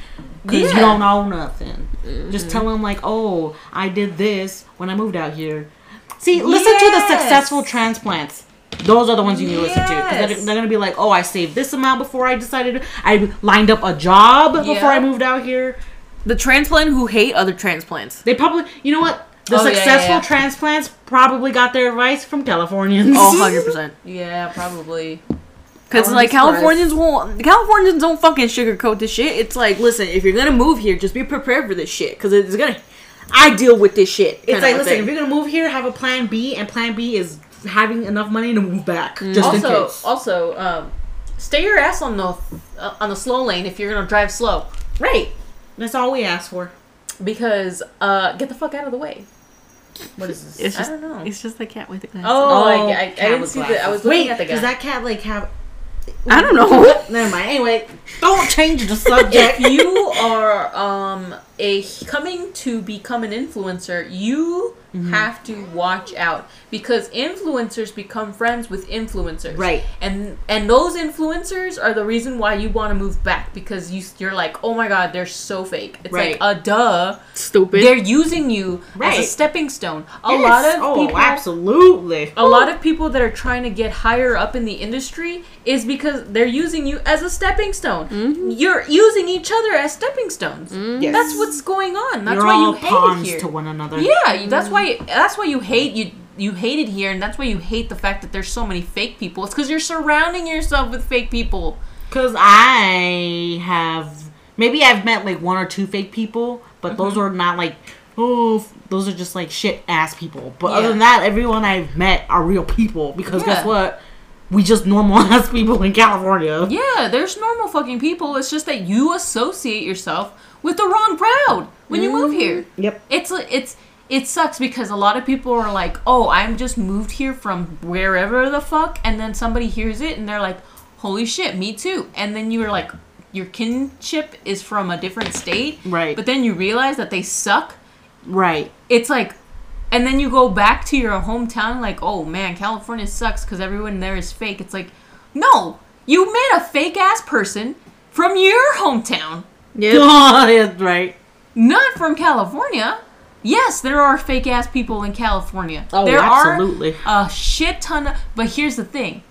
Speaker 3: because
Speaker 2: Yeah. Mm-hmm.
Speaker 3: you don't know nothing. Just tell them like, oh, I did this when I moved out here. See, listen to the
Speaker 2: Yes.
Speaker 3: successful transplants. Those are the ones you need to listen to. 'cause
Speaker 2: Yes.
Speaker 3: They're, they're gonna be like, oh, I saved this amount before I decided. I lined up a job before I
Speaker 2: Yep.
Speaker 3: moved out here.
Speaker 1: The transplant who hate other transplants.
Speaker 3: They probably, you know what? The
Speaker 2: Oh, yeah, yeah,
Speaker 3: successful
Speaker 2: yeah.
Speaker 3: transplants probably got their advice from Californians.
Speaker 1: Oh, 100%.
Speaker 2: Yeah, probably.
Speaker 1: Because,
Speaker 2: wouldn't
Speaker 1: like,
Speaker 2: be surprised.
Speaker 1: Californians won't. Californians don't fucking sugarcoat this shit. It's like, listen, if you're gonna move here, just be prepared for this shit. Because it's gonna. I deal with this shit.
Speaker 3: It's
Speaker 1: kinda
Speaker 3: like, listen,
Speaker 1: thing.
Speaker 3: if you're gonna move here, have a plan B, and plan B is having enough money to move back just in
Speaker 2: Mm. also,
Speaker 3: case.
Speaker 2: also, um, stay your ass on the uh, on the slow lane if you're gonna drive slow,
Speaker 3: Right. That's all we ask for.
Speaker 2: because uh, get the fuck out of the way.
Speaker 3: What is this?
Speaker 1: It's just,
Speaker 2: I don't know.
Speaker 1: It's just the cat with the glass.
Speaker 2: Oh, I, I, I
Speaker 3: cat
Speaker 2: didn't
Speaker 3: with
Speaker 2: see
Speaker 3: glasses.
Speaker 2: the. I was looking
Speaker 3: Wait,
Speaker 2: at the guy.
Speaker 3: Does that cat like have?
Speaker 1: I don't know.
Speaker 3: Never mind. Anyway, don't change the
Speaker 2: if
Speaker 3: subject.
Speaker 2: you are um a coming to become an influencer, you
Speaker 3: Mm-hmm.
Speaker 2: have to watch out because influencers become friends with influencers.
Speaker 3: Right.
Speaker 2: And and those influencers are the reason why you want to move back because you you're like, "Oh my god, they're so fake." It's
Speaker 3: Right.
Speaker 2: like, "Uh duh."
Speaker 1: Stupid.
Speaker 2: They're using you as
Speaker 3: Right.
Speaker 2: a stepping stone. A
Speaker 3: Yes.
Speaker 2: lot of
Speaker 3: oh,
Speaker 2: people
Speaker 3: absolutely.
Speaker 2: a lot of people that are trying to get higher up in the industry is because they're using you as a stepping stone.
Speaker 3: Mm-hmm.
Speaker 2: You're using each other as stepping stones.
Speaker 3: Yes.
Speaker 2: That's what's going on. That's
Speaker 3: Mm-hmm. You're
Speaker 2: why
Speaker 3: all
Speaker 2: you hate it
Speaker 3: pawns
Speaker 2: here.
Speaker 3: to one another.
Speaker 2: yeah, you- that's why that's why you hate you you hate it here, and that's why you hate the fact that there's so many fake people. It's because you're surrounding yourself with fake people.
Speaker 3: Cause I have maybe I've met like one or two fake people, but
Speaker 2: Mm-hmm.
Speaker 3: those are not like oh f- those are just like shit ass people. But
Speaker 2: Yeah.
Speaker 3: other than that, everyone I've met are real people. Because
Speaker 2: Yeah.
Speaker 3: guess what? We just normal ass people in California.
Speaker 2: Yeah, there's normal fucking people. It's just that you associate yourself with the wrong crowd when you move here.
Speaker 3: Mm-hmm. Yep.
Speaker 2: It's it's it sucks because a lot of people are like, "Oh, I'm just moved here from wherever the fuck," and then somebody hears it and they're like, "Holy shit, me too!" And then you're like, your kinship is from a different state,
Speaker 3: Right.
Speaker 2: But then you realize that they suck,
Speaker 3: Right.
Speaker 2: it's like and then you go back to your hometown like oh man california sucks because everyone there is fake it's like no you made a fake ass person from your hometown
Speaker 1: Yep.
Speaker 3: Oh, that's right.
Speaker 2: not from california yes there are fake ass people in california
Speaker 3: Oh,
Speaker 2: there
Speaker 3: absolutely.
Speaker 2: are a shit ton of but here's the thing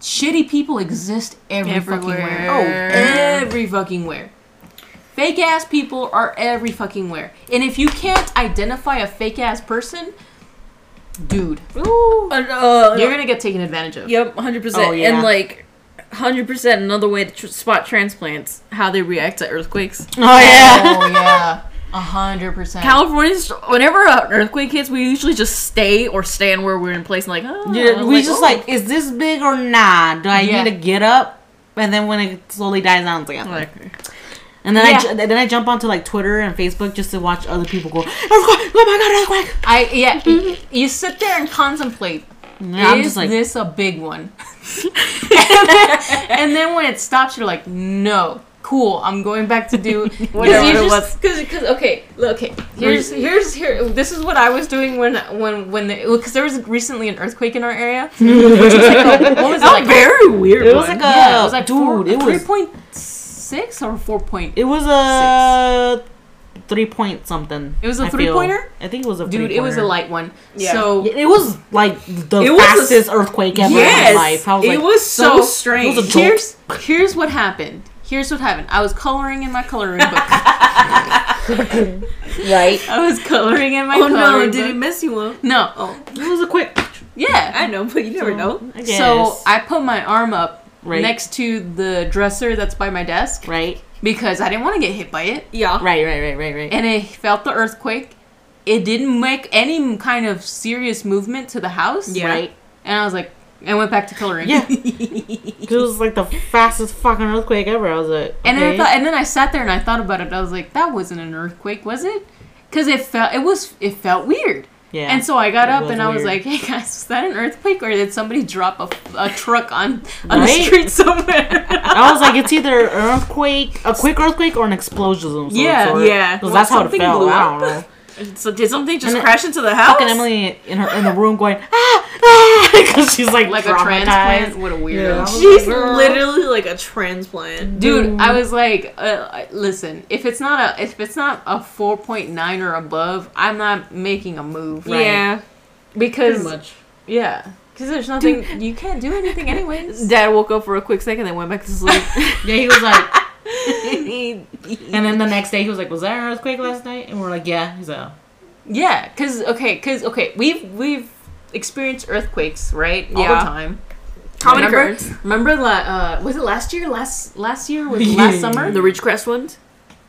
Speaker 2: shitty people exist every fucking where
Speaker 1: Everywhere.
Speaker 2: oh every fucking where Fake ass people are every fucking where. And if you can't identify a fake ass person, dude,
Speaker 1: Ooh. And, uh,
Speaker 2: you're gonna get taken advantage of.
Speaker 1: Yep, hundred
Speaker 3: Oh,
Speaker 1: percent.
Speaker 3: yeah.
Speaker 1: And like, hundred percent. Another way to tr- spot transplants: how they react to earthquakes.
Speaker 3: Oh yeah.
Speaker 2: Oh yeah, a hundred percent.
Speaker 1: Californians, whenever an earthquake hits, we usually just stay or stand where we're in place and like, oh,
Speaker 3: Yeah, we just
Speaker 1: oh.
Speaker 3: like, is this big or nah? Do I
Speaker 2: Yeah.
Speaker 3: need to get up? And then when it slowly dies down, it's like, oh.
Speaker 1: Like,
Speaker 3: and then
Speaker 2: Yeah.
Speaker 3: I ju- then I jump onto like Twitter and Facebook just to watch other people go, earthquake! Oh my god, earthquake!
Speaker 2: I yeah. You sit there and contemplate.
Speaker 3: And I'm
Speaker 2: is
Speaker 3: just like,
Speaker 2: this a big one? and, then, and then when it stops, you're like, no, cool. I'm going back to do
Speaker 1: Whatever it
Speaker 2: Because okay, look, okay. Here's here's here. This is what I was doing when when when because there was recently an earthquake in our area. Which was like a- what was it like?
Speaker 1: very weird.
Speaker 3: it was
Speaker 1: one.
Speaker 3: like a
Speaker 2: yeah, it was like
Speaker 3: dude. it
Speaker 2: three
Speaker 3: was
Speaker 2: point six or four point.
Speaker 3: it was a three point something.
Speaker 2: It was a
Speaker 3: I feel.
Speaker 2: three-pointer?
Speaker 3: I think it was a
Speaker 2: Dude, it was a
Speaker 3: three-pointer.
Speaker 2: light one.
Speaker 1: Yeah.
Speaker 2: So
Speaker 3: It was like the
Speaker 1: It was a-
Speaker 3: fastest earthquake ever in my life. I was
Speaker 1: it
Speaker 3: like,
Speaker 1: was so,
Speaker 2: so-
Speaker 1: strange.
Speaker 3: it was a jolt.
Speaker 2: here's here's what happened. Here's what happened. I was coloring in my coloring book.
Speaker 1: right?
Speaker 2: I was coloring in my
Speaker 1: Oh
Speaker 2: coloring
Speaker 1: no! Did it
Speaker 2: book.
Speaker 1: mess you up?
Speaker 2: No.
Speaker 3: it was a quick.
Speaker 1: I
Speaker 2: Yeah.
Speaker 1: know, but you never know.
Speaker 3: I guess.
Speaker 2: So I put my arm up
Speaker 3: Right.
Speaker 2: next to the dresser that's by my desk
Speaker 3: right,
Speaker 2: because I didn't want to get hit by it.
Speaker 1: Yeah.
Speaker 3: right, right, right, right, right.
Speaker 2: And I felt the earthquake. It didn't make any kind of serious movement to the house.
Speaker 1: Yeah.
Speaker 3: Right.
Speaker 2: And I was like, I went back to coloring.
Speaker 3: Yeah. it was like the fastest fucking earthquake ever. I was like,
Speaker 2: And then I
Speaker 3: okay.
Speaker 2: thought, and then I sat there and I thought about it. I was like, that wasn't an earthquake, was it? Because it felt it was it felt weird.
Speaker 3: yeah.
Speaker 2: And so I got
Speaker 3: It
Speaker 2: up
Speaker 3: was
Speaker 2: and I was like,
Speaker 3: weird.
Speaker 2: hey guys, was that an earthquake or did somebody drop a, a truck on on the
Speaker 3: Right? Oh.
Speaker 2: street somewhere?
Speaker 3: I was like, it's either an earthquake, a quick earthquake, or an explosion. of some
Speaker 2: Yeah,
Speaker 3: sort.
Speaker 1: yeah.
Speaker 3: 'Cause that's
Speaker 1: Well,
Speaker 3: how it
Speaker 1: something
Speaker 3: fell.
Speaker 1: blew
Speaker 3: I
Speaker 1: up.
Speaker 3: don't know.
Speaker 1: So did something just
Speaker 3: And it-
Speaker 1: crash into the house?
Speaker 3: Fucking Emily in her in the room going ah ah because she's like
Speaker 2: like a transplant?
Speaker 3: traumatized.
Speaker 2: What a weirdo.
Speaker 3: Yeah.
Speaker 1: She's
Speaker 3: Girl.
Speaker 1: literally like a transplant.
Speaker 2: Dude,
Speaker 3: Mm.
Speaker 2: I was like, uh, I- listen, if it's not a if it's not a four point nine or above, I'm not making a move.
Speaker 1: Yeah.
Speaker 2: Because yeah, because there's nothing you can't do anything anyways.
Speaker 1: Dad woke up for a quick second and went back to sleep.
Speaker 3: Yeah, he was like,
Speaker 1: He-
Speaker 3: and then the next day he was like, was that an earthquake last night? And we're like, yeah. He's like, "Oh."
Speaker 2: Yeah, cause okay, cause okay, we've we've experienced earthquakes, right? All
Speaker 1: Yeah.
Speaker 2: the time.
Speaker 1: Common
Speaker 2: remember,
Speaker 1: occurrence.
Speaker 2: Remember, la- uh, was it last year? Last last year was it last summer.
Speaker 1: The Ridgecrest ones?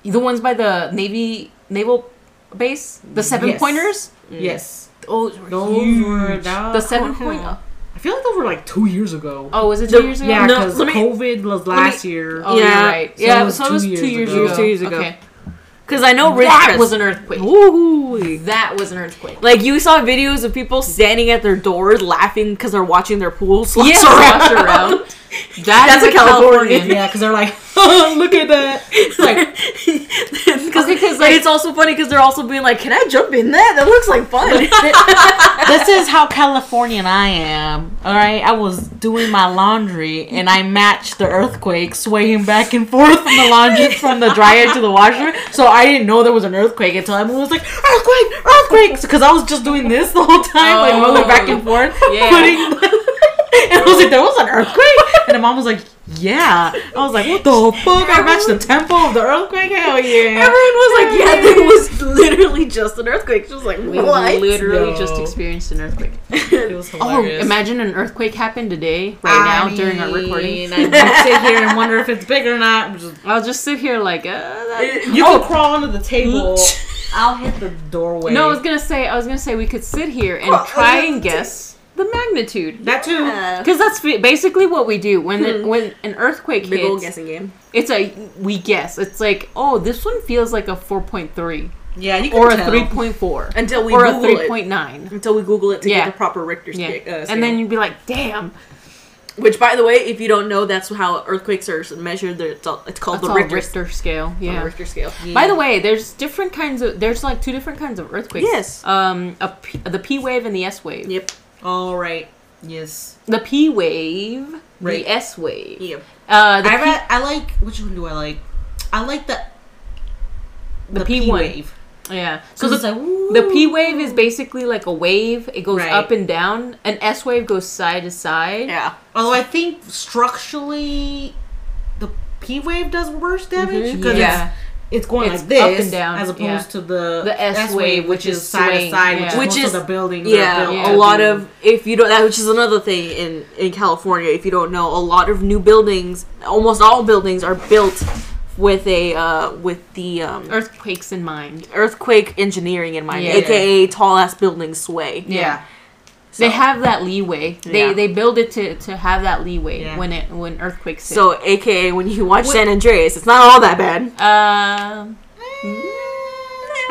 Speaker 2: The ones by the navy naval base, the seven
Speaker 3: Yes.
Speaker 2: pointers.
Speaker 3: Mm. yes.
Speaker 2: Those were
Speaker 3: Those
Speaker 2: huge.
Speaker 3: were dog-
Speaker 2: the seven
Speaker 1: cool.
Speaker 2: point.
Speaker 3: I feel like those were like two years ago.
Speaker 2: Oh, was it
Speaker 1: The-
Speaker 2: two years ago?
Speaker 3: Yeah,
Speaker 1: No,
Speaker 3: because
Speaker 1: let me-
Speaker 3: COVID was
Speaker 1: me-
Speaker 3: last year.
Speaker 2: Oh,
Speaker 1: Yeah.
Speaker 2: yeah. You're right.
Speaker 3: So
Speaker 2: yeah,
Speaker 3: it was
Speaker 2: so it
Speaker 3: two
Speaker 2: was
Speaker 3: years
Speaker 2: two years
Speaker 3: ago.
Speaker 2: ago.
Speaker 3: It was
Speaker 1: two years ago.
Speaker 2: Okay.
Speaker 1: Because I know Ridgecrest.
Speaker 2: That was an earthquake.
Speaker 1: Ooh.
Speaker 2: That was an earthquake.
Speaker 1: Like you saw videos of people standing at their doors laughing because they're watching their pool slosh
Speaker 2: Yeah,
Speaker 1: around.
Speaker 2: slosh around.
Speaker 1: That's a Californian.
Speaker 3: Yeah, because they're like, look at that. It's like,
Speaker 1: Because
Speaker 2: Okay, 'cause,
Speaker 1: like,
Speaker 2: like-
Speaker 1: it's also funny because they're also being like, "Can I jump in that? That looks like fun."
Speaker 3: this is how Californian I am. All right, I was doing my laundry and I matched the earthquake, swaying back and forth from the laundry from the dryer to the washer. So I didn't know there was an earthquake until Emily was like, "Earthquake! Earthquake!" Because I was just doing this the whole time, like moving back and forth,
Speaker 2: Yeah.
Speaker 3: putting. and I was like, "There was an earthquake," and the mom was like, "Yeah." I was like, "What the fuck? I matched the tempo of the earthquake? Hell yeah!"
Speaker 1: Everyone was like, "Yeah, there was literally just an earthquake." She was like,
Speaker 2: We
Speaker 1: "What?"
Speaker 2: literally
Speaker 3: No.
Speaker 2: just experienced an earthquake.
Speaker 3: It was hilarious.
Speaker 2: Imagine an earthquake happened today, right now, during our recording.
Speaker 3: I would sit here and wonder if it's big or not. I'm just-
Speaker 2: I'll just oh. sit here like, uh, that-
Speaker 3: you can crawl under the table. I'll hit the doorway.
Speaker 2: no. I was gonna say, I was gonna say we could sit here and try and guess the magnitude,
Speaker 3: that too.
Speaker 2: because that's fi- basically what we do when
Speaker 1: Hmm.
Speaker 2: it, when an earthquake
Speaker 1: Big old
Speaker 2: hits.
Speaker 1: guessing game.
Speaker 2: It's a we guess. It's like, oh, this one feels like a four point three
Speaker 3: Yeah, you can
Speaker 2: or a
Speaker 3: tell.
Speaker 2: three point four
Speaker 1: Until we
Speaker 2: or a
Speaker 1: Google
Speaker 2: three
Speaker 1: it.
Speaker 2: point nine.
Speaker 1: Until we Google it to
Speaker 2: Yeah.
Speaker 1: get the proper Richter
Speaker 2: Yeah,
Speaker 1: scale. Uh,
Speaker 2: and then you'd be like, damn.
Speaker 1: Which, by the way, if you don't know, that's how earthquakes are measured. They're- It's, all, it's called
Speaker 2: That's all
Speaker 1: the Richter,
Speaker 2: Richter scale.
Speaker 1: on the
Speaker 2: Yeah.
Speaker 1: Richter scale.
Speaker 2: By the way, there's different kinds of there's like two different kinds of earthquakes.
Speaker 1: Yes.
Speaker 2: Um, a P, the P wave and the S wave.
Speaker 1: yep,
Speaker 3: All right. Yes.
Speaker 2: The P wave,
Speaker 3: Right.
Speaker 2: the S wave.
Speaker 1: yep.
Speaker 2: Uh, the
Speaker 3: I,
Speaker 2: P-
Speaker 3: ra- I like which one do I like? I like the
Speaker 2: The P one.
Speaker 3: wave.
Speaker 2: yeah. So
Speaker 3: So
Speaker 2: the
Speaker 3: it's like woo.
Speaker 2: The P wave is basically like a wave. It goes
Speaker 3: Right.
Speaker 2: up and down. An S wave goes side to side.
Speaker 1: Yeah.
Speaker 3: Although I think structurally, the P wave does worse damage
Speaker 2: Mhm.
Speaker 3: because
Speaker 2: Yeah.
Speaker 3: it's, it's going
Speaker 2: It's
Speaker 3: like this
Speaker 2: up and down,
Speaker 3: as opposed
Speaker 2: yeah.
Speaker 3: to the
Speaker 2: The S wave, which is
Speaker 3: side
Speaker 2: swing,
Speaker 3: to side,
Speaker 2: yeah.
Speaker 3: which,
Speaker 1: Which
Speaker 3: is most
Speaker 1: is-
Speaker 3: of the buildings. that are
Speaker 1: Yeah,
Speaker 3: built
Speaker 2: yeah.
Speaker 1: a
Speaker 3: up
Speaker 1: lot
Speaker 3: in-
Speaker 1: of if you don't that which is another thing in in California if you don't know a lot of new buildings almost all buildings are built with a uh with the um
Speaker 2: Earthquakes in mind.
Speaker 1: earthquake engineering in mind
Speaker 2: Yeah.
Speaker 1: aka tall ass building sway
Speaker 3: yeah.
Speaker 2: They have that leeway. They
Speaker 1: Yeah.
Speaker 2: they build it to, to have that leeway
Speaker 3: Yeah.
Speaker 2: when it when earthquakes hit.
Speaker 1: so aka when you watch San Andreas it's not all that bad
Speaker 2: um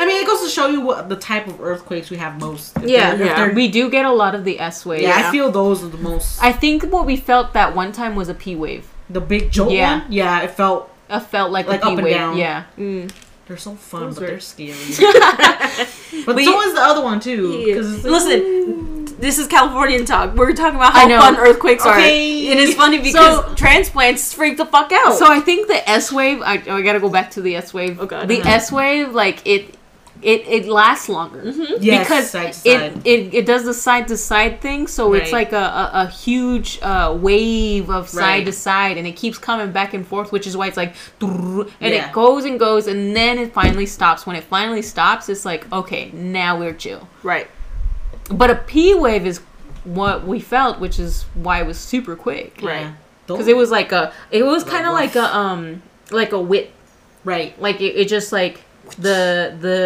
Speaker 3: I mean, it goes to show you what the type of earthquakes we have most. If
Speaker 2: yeah,
Speaker 3: they're- if they're-
Speaker 2: we do get a lot of the S wave.
Speaker 3: yeah,
Speaker 1: Yeah.
Speaker 3: I feel those are the most.
Speaker 2: I think what we felt that one time was a P wave.
Speaker 3: the big jolt
Speaker 2: Yeah.
Speaker 3: one. Yeah, it felt
Speaker 2: I felt like,
Speaker 3: Like
Speaker 2: a P
Speaker 3: up and
Speaker 2: wave.
Speaker 3: down.
Speaker 2: Yeah.
Speaker 3: They're so fun,
Speaker 1: Those
Speaker 3: but
Speaker 1: are-
Speaker 3: they're scary. but so is the other one too. Because it's like,
Speaker 1: listen this is Californian talk we're talking about how
Speaker 2: I know.
Speaker 1: fun earthquakes
Speaker 3: Okay.
Speaker 1: are and it's funny because transplants freak the fuck
Speaker 3: Oh.
Speaker 1: out
Speaker 2: So I think the S wave. I, I gotta go back to the S wave.
Speaker 1: Oh, God.
Speaker 2: The
Speaker 1: Mhm.
Speaker 2: S wave, like it, it it lasts longer
Speaker 3: yes,
Speaker 2: because
Speaker 3: side to side.
Speaker 2: it, it it does the side to side thing. So it's
Speaker 3: Right.
Speaker 2: like a a, a huge uh, wave of side
Speaker 3: Right.
Speaker 2: to side, and it keeps coming back and forth, which is why it's like, and
Speaker 3: Yeah.
Speaker 2: it goes and goes, and then it finally stops. When it finally stops, it's like okay, now we're chill.
Speaker 1: right
Speaker 2: But a P wave is what we felt, which is why it was super quick.
Speaker 1: Right.
Speaker 2: Because it was like a, it was kind of
Speaker 3: rough.
Speaker 2: like a, um, like a whip
Speaker 3: right.
Speaker 2: like it, it just like the the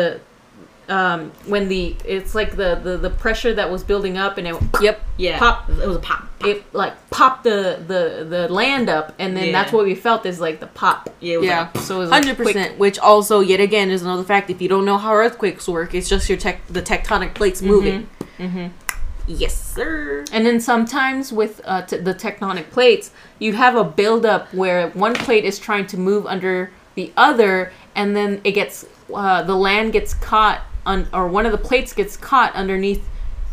Speaker 2: um when the it's like the the, the pressure that was building up and it
Speaker 1: yep
Speaker 3: Yeah,
Speaker 2: pop.
Speaker 3: It was a pop.
Speaker 2: it like popped the the the land up and then
Speaker 3: Yeah.
Speaker 2: that's what we felt is like the pop
Speaker 3: Yeah, it was
Speaker 1: Yeah.
Speaker 3: Like,
Speaker 2: so it was like,
Speaker 1: Hundred
Speaker 2: quick.
Speaker 1: percent. Which also, yet again, is another fact. If you don't know how earthquakes work, it's just your tec- the tectonic plates
Speaker 2: Mm-hmm.
Speaker 1: moving. Yes, sir.
Speaker 2: and then sometimes with uh, t- the tectonic plates you have a buildup where one plate is trying to move under the other and then it gets uh, the land gets caught on or one of the plates gets caught underneath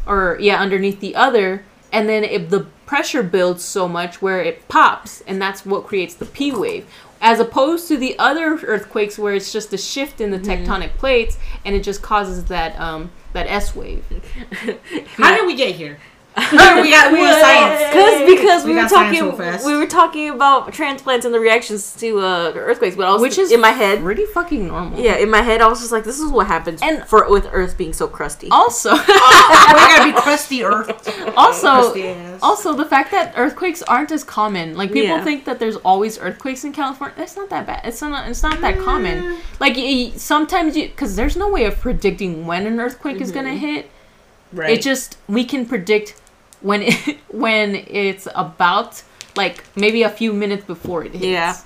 Speaker 2: or yeah underneath the other and then if the pressure builds so much where it pops and that's what creates the p wave as opposed to the other earthquakes where it's just a shift in the tectonic plates and it just causes that um that s wave
Speaker 3: How did we get here? we got we got science.
Speaker 1: Because because we,
Speaker 3: We
Speaker 1: were
Speaker 3: got science
Speaker 1: talking
Speaker 3: real fast.
Speaker 1: we were talking about transplants and the reactions to uh, earthquakes, but also
Speaker 2: Which is
Speaker 1: in my head.
Speaker 2: pretty fucking normal
Speaker 1: Yeah, in my head, I was just like, "This is what happens
Speaker 2: And-
Speaker 1: for with Earth being so crusty."
Speaker 2: also
Speaker 3: We're gonna be crusty earth. Crusty
Speaker 2: also
Speaker 3: ass.
Speaker 2: also the fact that earthquakes aren't as common like people
Speaker 1: Yeah.
Speaker 2: think that there's always earthquakes in california that's not that bad it's not it's not that common like y- y- sometimes you because there's no way of predicting when an earthquake is gonna hit
Speaker 3: right.
Speaker 2: it just we can predict when it when it's about like maybe a few minutes before it hits
Speaker 1: Yeah.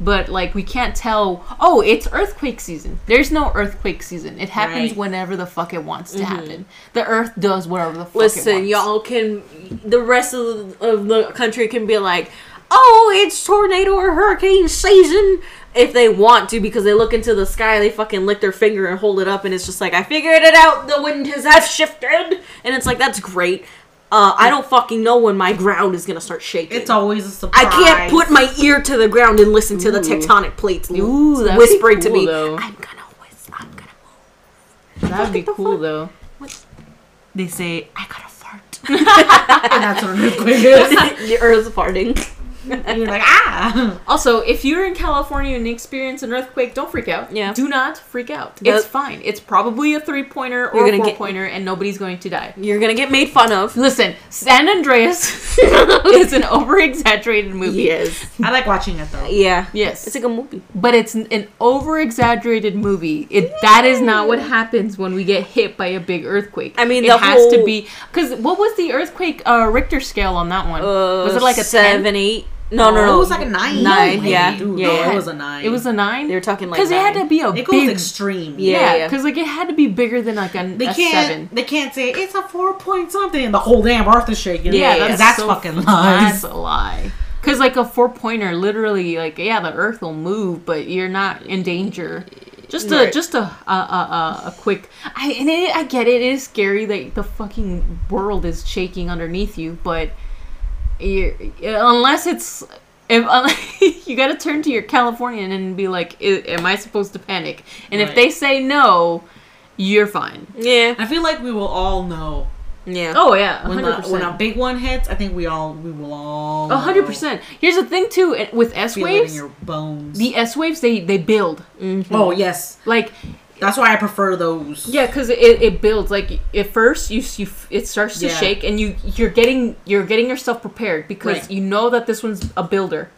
Speaker 2: but like we can't tell oh it's earthquake season there's no earthquake season it happens
Speaker 3: Right.
Speaker 2: whenever the fuck it wants to happen the earth does whatever the fuck it
Speaker 1: Listen,
Speaker 2: wants.
Speaker 1: y'all can the rest of the, of the country can be like, "Oh, it's tornado or hurricane season." If they want to, because they look into the sky, they fucking lick their finger and hold it up, and it's just like, I figured it out. The wind has half shifted, and it's like that's great. Uh, I don't fucking know when my ground is gonna start shaking.
Speaker 3: it's always a
Speaker 1: I
Speaker 3: surprise.
Speaker 1: can't put my ear to the ground and listen to the tectonic plates
Speaker 2: Ooh, that'd be
Speaker 1: whispering to
Speaker 2: cool,
Speaker 1: me.
Speaker 2: though.
Speaker 1: I'm gonna whisper. I'm gonna
Speaker 2: That'd be
Speaker 1: the
Speaker 2: cool
Speaker 1: fuck?
Speaker 2: though.
Speaker 3: They say I gotta fart. and that's what an earthquake is.
Speaker 1: whisper. the earth's farting.
Speaker 3: And you're like ah.
Speaker 2: Also, if you're in California and experience an earthquake, don't freak out.
Speaker 1: Yeah.
Speaker 2: Do not freak out.
Speaker 1: The-
Speaker 2: it's fine. It's probably a three pointer
Speaker 1: You're
Speaker 2: or a
Speaker 1: gonna
Speaker 2: four
Speaker 1: get-
Speaker 2: pointer, and nobody's going to die.
Speaker 1: You're gonna get made fun of.
Speaker 2: Listen, San Andreas is an over exaggerated movie.
Speaker 1: Yes.
Speaker 3: I like watching it though.
Speaker 1: Yeah.
Speaker 2: Yes.
Speaker 1: It's like a movie.
Speaker 2: but it's n- an over exaggerated movie. It, that is not what happens when we get hit by a big earthquake.
Speaker 1: I mean,
Speaker 2: it
Speaker 1: the
Speaker 2: has to
Speaker 1: whole-
Speaker 2: be. Because what was the earthquake uh, Richter scale on that one?
Speaker 1: Uh,
Speaker 2: was it like a Oh, 10?
Speaker 1: seven, eight? No, no, no.
Speaker 3: It was like a nine.
Speaker 1: Nine,
Speaker 3: No way,
Speaker 1: yeah.
Speaker 3: dude,
Speaker 1: Yeah,
Speaker 3: no,
Speaker 1: yeah.
Speaker 3: it was a nine.
Speaker 2: It was a nine.
Speaker 1: They were talking like
Speaker 2: because it had
Speaker 1: nine.
Speaker 2: to be a
Speaker 3: It goes
Speaker 2: big.
Speaker 3: extreme.
Speaker 1: Yeah,
Speaker 2: yeah,
Speaker 1: yeah.
Speaker 2: because like it had to be bigger than like a,
Speaker 3: They
Speaker 2: a
Speaker 3: can't.
Speaker 2: seven.
Speaker 3: They can't say it's a four point something. and The whole damn earth is shaking.
Speaker 1: Yeah,
Speaker 3: that's,
Speaker 1: yeah.
Speaker 3: that's
Speaker 2: So
Speaker 3: fucking lies.
Speaker 2: That's a lie. Because like a four pointer, literally, like yeah, the Earth will move, but you're not in danger. Just a
Speaker 1: Right.
Speaker 2: just a a, a, a, a quick. I and it, I get it. It is scary that the fucking world is shaking underneath you, but you're, unless it's. If, unless- you got to turn to your Californian and be like, "I- "Am I supposed to panic?" And if
Speaker 3: Right.
Speaker 2: they say no, you're fine.
Speaker 1: Yeah,
Speaker 3: I feel like we will all know
Speaker 1: yeah.
Speaker 2: Oh yeah,
Speaker 3: when,
Speaker 2: 100%.
Speaker 3: the, when a big one hits. I think we all we will all
Speaker 2: A hundred
Speaker 3: know.
Speaker 2: percent. Here's the thing too, it- with S
Speaker 3: Feel it in
Speaker 2: waves,
Speaker 3: your bones.
Speaker 2: the S waves they they build.
Speaker 3: oh yes,
Speaker 2: Like
Speaker 3: that's why I prefer those.
Speaker 2: yeah, because it, it builds. Like at first you s- you f- it starts to
Speaker 3: Yeah.
Speaker 2: shake, and you you're getting you're getting yourself prepared because
Speaker 3: Right.
Speaker 2: you know that this one's a builder,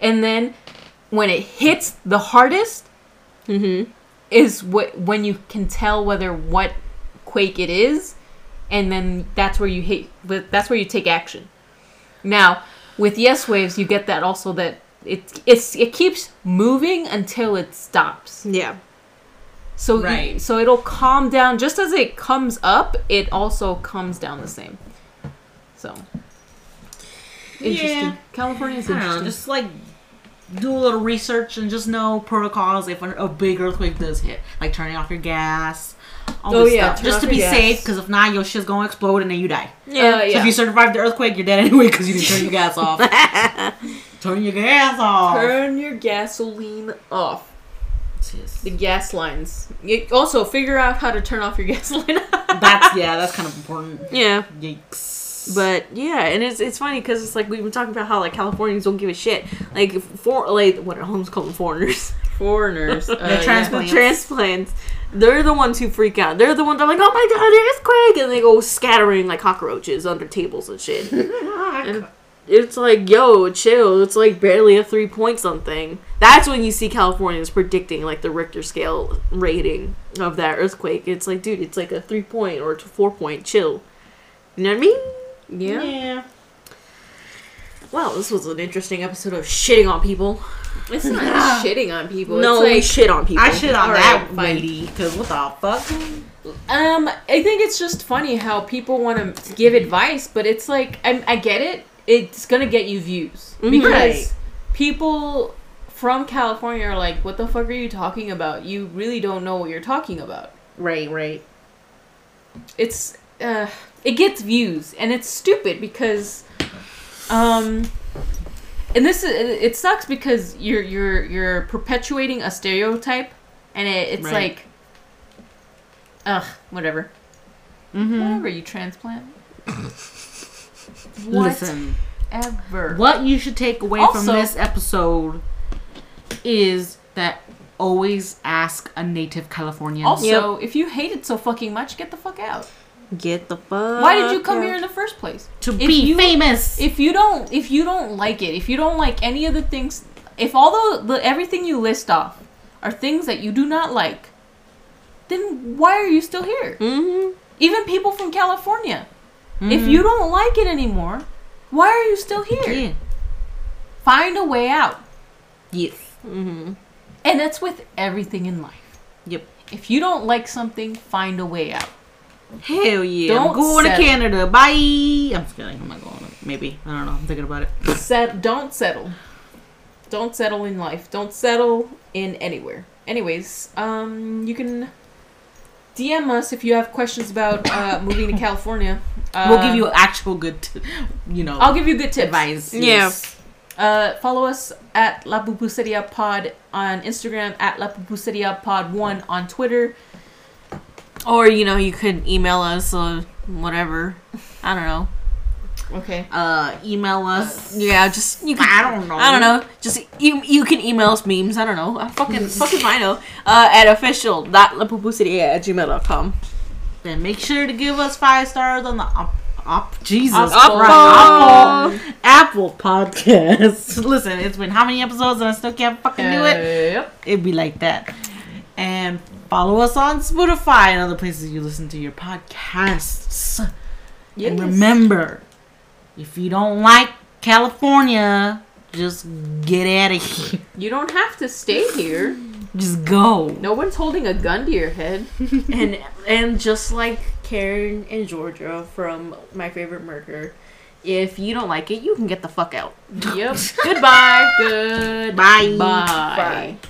Speaker 2: and then when it hits the hardest,
Speaker 3: Mm-hmm.
Speaker 2: is what when you can tell whether what quake it is, and then that's where you hit. but That's where you take action. Now, with yes waves, you get that also that it it's it keeps moving until it stops.
Speaker 1: Yeah.
Speaker 2: So you-
Speaker 3: Right.
Speaker 2: so it'll calm down just as it comes up. It also comes down the same. So interesting.
Speaker 3: Yeah.
Speaker 2: California's
Speaker 3: I don't know,
Speaker 2: interesting.
Speaker 3: just like do a little research and just know protocols if a big earthquake does hit, like turning off your gas. All
Speaker 2: Oh,
Speaker 3: this
Speaker 2: yeah,
Speaker 3: stuff,
Speaker 2: turn
Speaker 3: just
Speaker 2: off
Speaker 3: to
Speaker 2: your
Speaker 3: be
Speaker 2: gas.
Speaker 3: safe, because if not, your shit's gonna explode and then you die.
Speaker 1: Uh,
Speaker 2: yeah,
Speaker 1: Yeah.
Speaker 2: yeah.
Speaker 3: So if you survive the earthquake, you're dead anyway because you didn't turn your gas off. turn your gas off.
Speaker 2: Turn your gasoline off.
Speaker 3: Sis.
Speaker 2: The gas lines. You also, figure out how to turn off your gas line.
Speaker 3: That's yeah, that's kind of important.
Speaker 1: Yeah.
Speaker 3: Yikes.
Speaker 1: But yeah, and it's it's funny because it's like we've been talking about how like Californians don't give a shit. Like for like what are homes called foreigners,
Speaker 2: foreigners. Uh,
Speaker 3: They're
Speaker 2: yeah.
Speaker 3: Transplants.
Speaker 1: the transplants. They're the ones who freak out. They're the ones that are like, oh my god, earthquake, and they go scattering like cockroaches under tables and shit.
Speaker 2: uh,
Speaker 3: Fuck.
Speaker 1: it's like yo, chill. It's like barely a three point something. That's when you see Californians predicting like the Richter scale rating of that earthquake. It's like dude, it's like a three point or a four point. Chill. You know what I mean?
Speaker 2: Yeah.
Speaker 3: yeah.
Speaker 1: Wow, this was an interesting episode of shitting on people.
Speaker 2: It's not shitting on people.
Speaker 1: no, we
Speaker 2: it's
Speaker 1: shit on people.
Speaker 3: I shit on
Speaker 2: All
Speaker 3: that
Speaker 2: right, fine.
Speaker 3: lady, cause what the fuck?
Speaker 2: like, um, I think it's just funny how people want to give advice, but it's like I, I get it. It's gonna get you views because
Speaker 3: Right.
Speaker 2: people from California are like, "What the fuck are you talking about? You really don't know what you're talking about."
Speaker 3: Right, right.
Speaker 2: it's uh, it gets views and it's stupid because um and this is, it sucks because you're you're you're perpetuating a stereotype and it, it's
Speaker 3: Right.
Speaker 2: like ugh whatever
Speaker 3: Mm-hmm.
Speaker 2: whatever you transplant
Speaker 3: Listen.
Speaker 2: whatever
Speaker 3: What you should take away
Speaker 2: Also-
Speaker 3: from this episode is that always ask a native Californian.
Speaker 2: also if you hate it so fucking much get the fuck out
Speaker 1: Get the fuck.
Speaker 2: why did you come here in the first place
Speaker 3: to
Speaker 2: If
Speaker 3: be
Speaker 2: you-
Speaker 3: famous.
Speaker 2: if you don't if you don't like it if you don't like any of the things if all the, the everything you list off are things that you do not like then why are you still here
Speaker 1: Mm-hmm.
Speaker 2: even people from california if you don't like it anymore why are you still here
Speaker 3: yeah.
Speaker 2: find a way out
Speaker 3: Yes.
Speaker 1: Mm-hmm.
Speaker 2: and that's with everything in life
Speaker 3: Yep.
Speaker 2: if you don't like something find a way out
Speaker 3: Hell yeah.
Speaker 2: Don't
Speaker 3: I'm going
Speaker 2: settle.
Speaker 3: to Canada. Bye. I'm just kidding. I'm not going. Maybe. I don't know. I'm thinking about it.
Speaker 2: Set, don't settle. Don't settle in life. Don't settle in anywhere. Anyways, um, you can DM us if you have questions about uh, moving to California. Uh,
Speaker 3: we'll give you actual good, t- you know,
Speaker 2: I'll give you good tips.
Speaker 3: advice.
Speaker 1: Yeah.
Speaker 2: Uh, follow us at La Pupuseria Pod on Instagram, at La Pupuseria Pod One on Twitter.
Speaker 1: Or you know, you could email us or whatever. I don't know.
Speaker 2: Okay.
Speaker 3: Uh, email us.
Speaker 1: Yeah, just you. Could,
Speaker 3: I don't know.
Speaker 1: I don't know. Just you, you can email us memes. I don't know. I fucking fucking I know. Uh, at official dot lapupucity at gmail.com.
Speaker 3: Then make sure to give us five stars on the op, op Jesus
Speaker 2: Apple.
Speaker 3: Christ.
Speaker 1: Apple.
Speaker 3: Apple. Apple podcast. Listen, it's been how many episodes and I still can't fucking do it. It'd be like that. And follow us on Spotify and other places you listen to your podcasts.
Speaker 2: Yes.
Speaker 3: And remember, if you don't like California, just get out of here.
Speaker 2: You don't have to stay here.
Speaker 3: Just go.
Speaker 2: No one's holding a gun to your head.
Speaker 1: and and just like Karen and Georgia from My Favorite Murder, if you don't like it, you can get the fuck out.
Speaker 2: Yep. Goodbye. Good.
Speaker 3: Bye.
Speaker 2: Bye.
Speaker 1: Bye.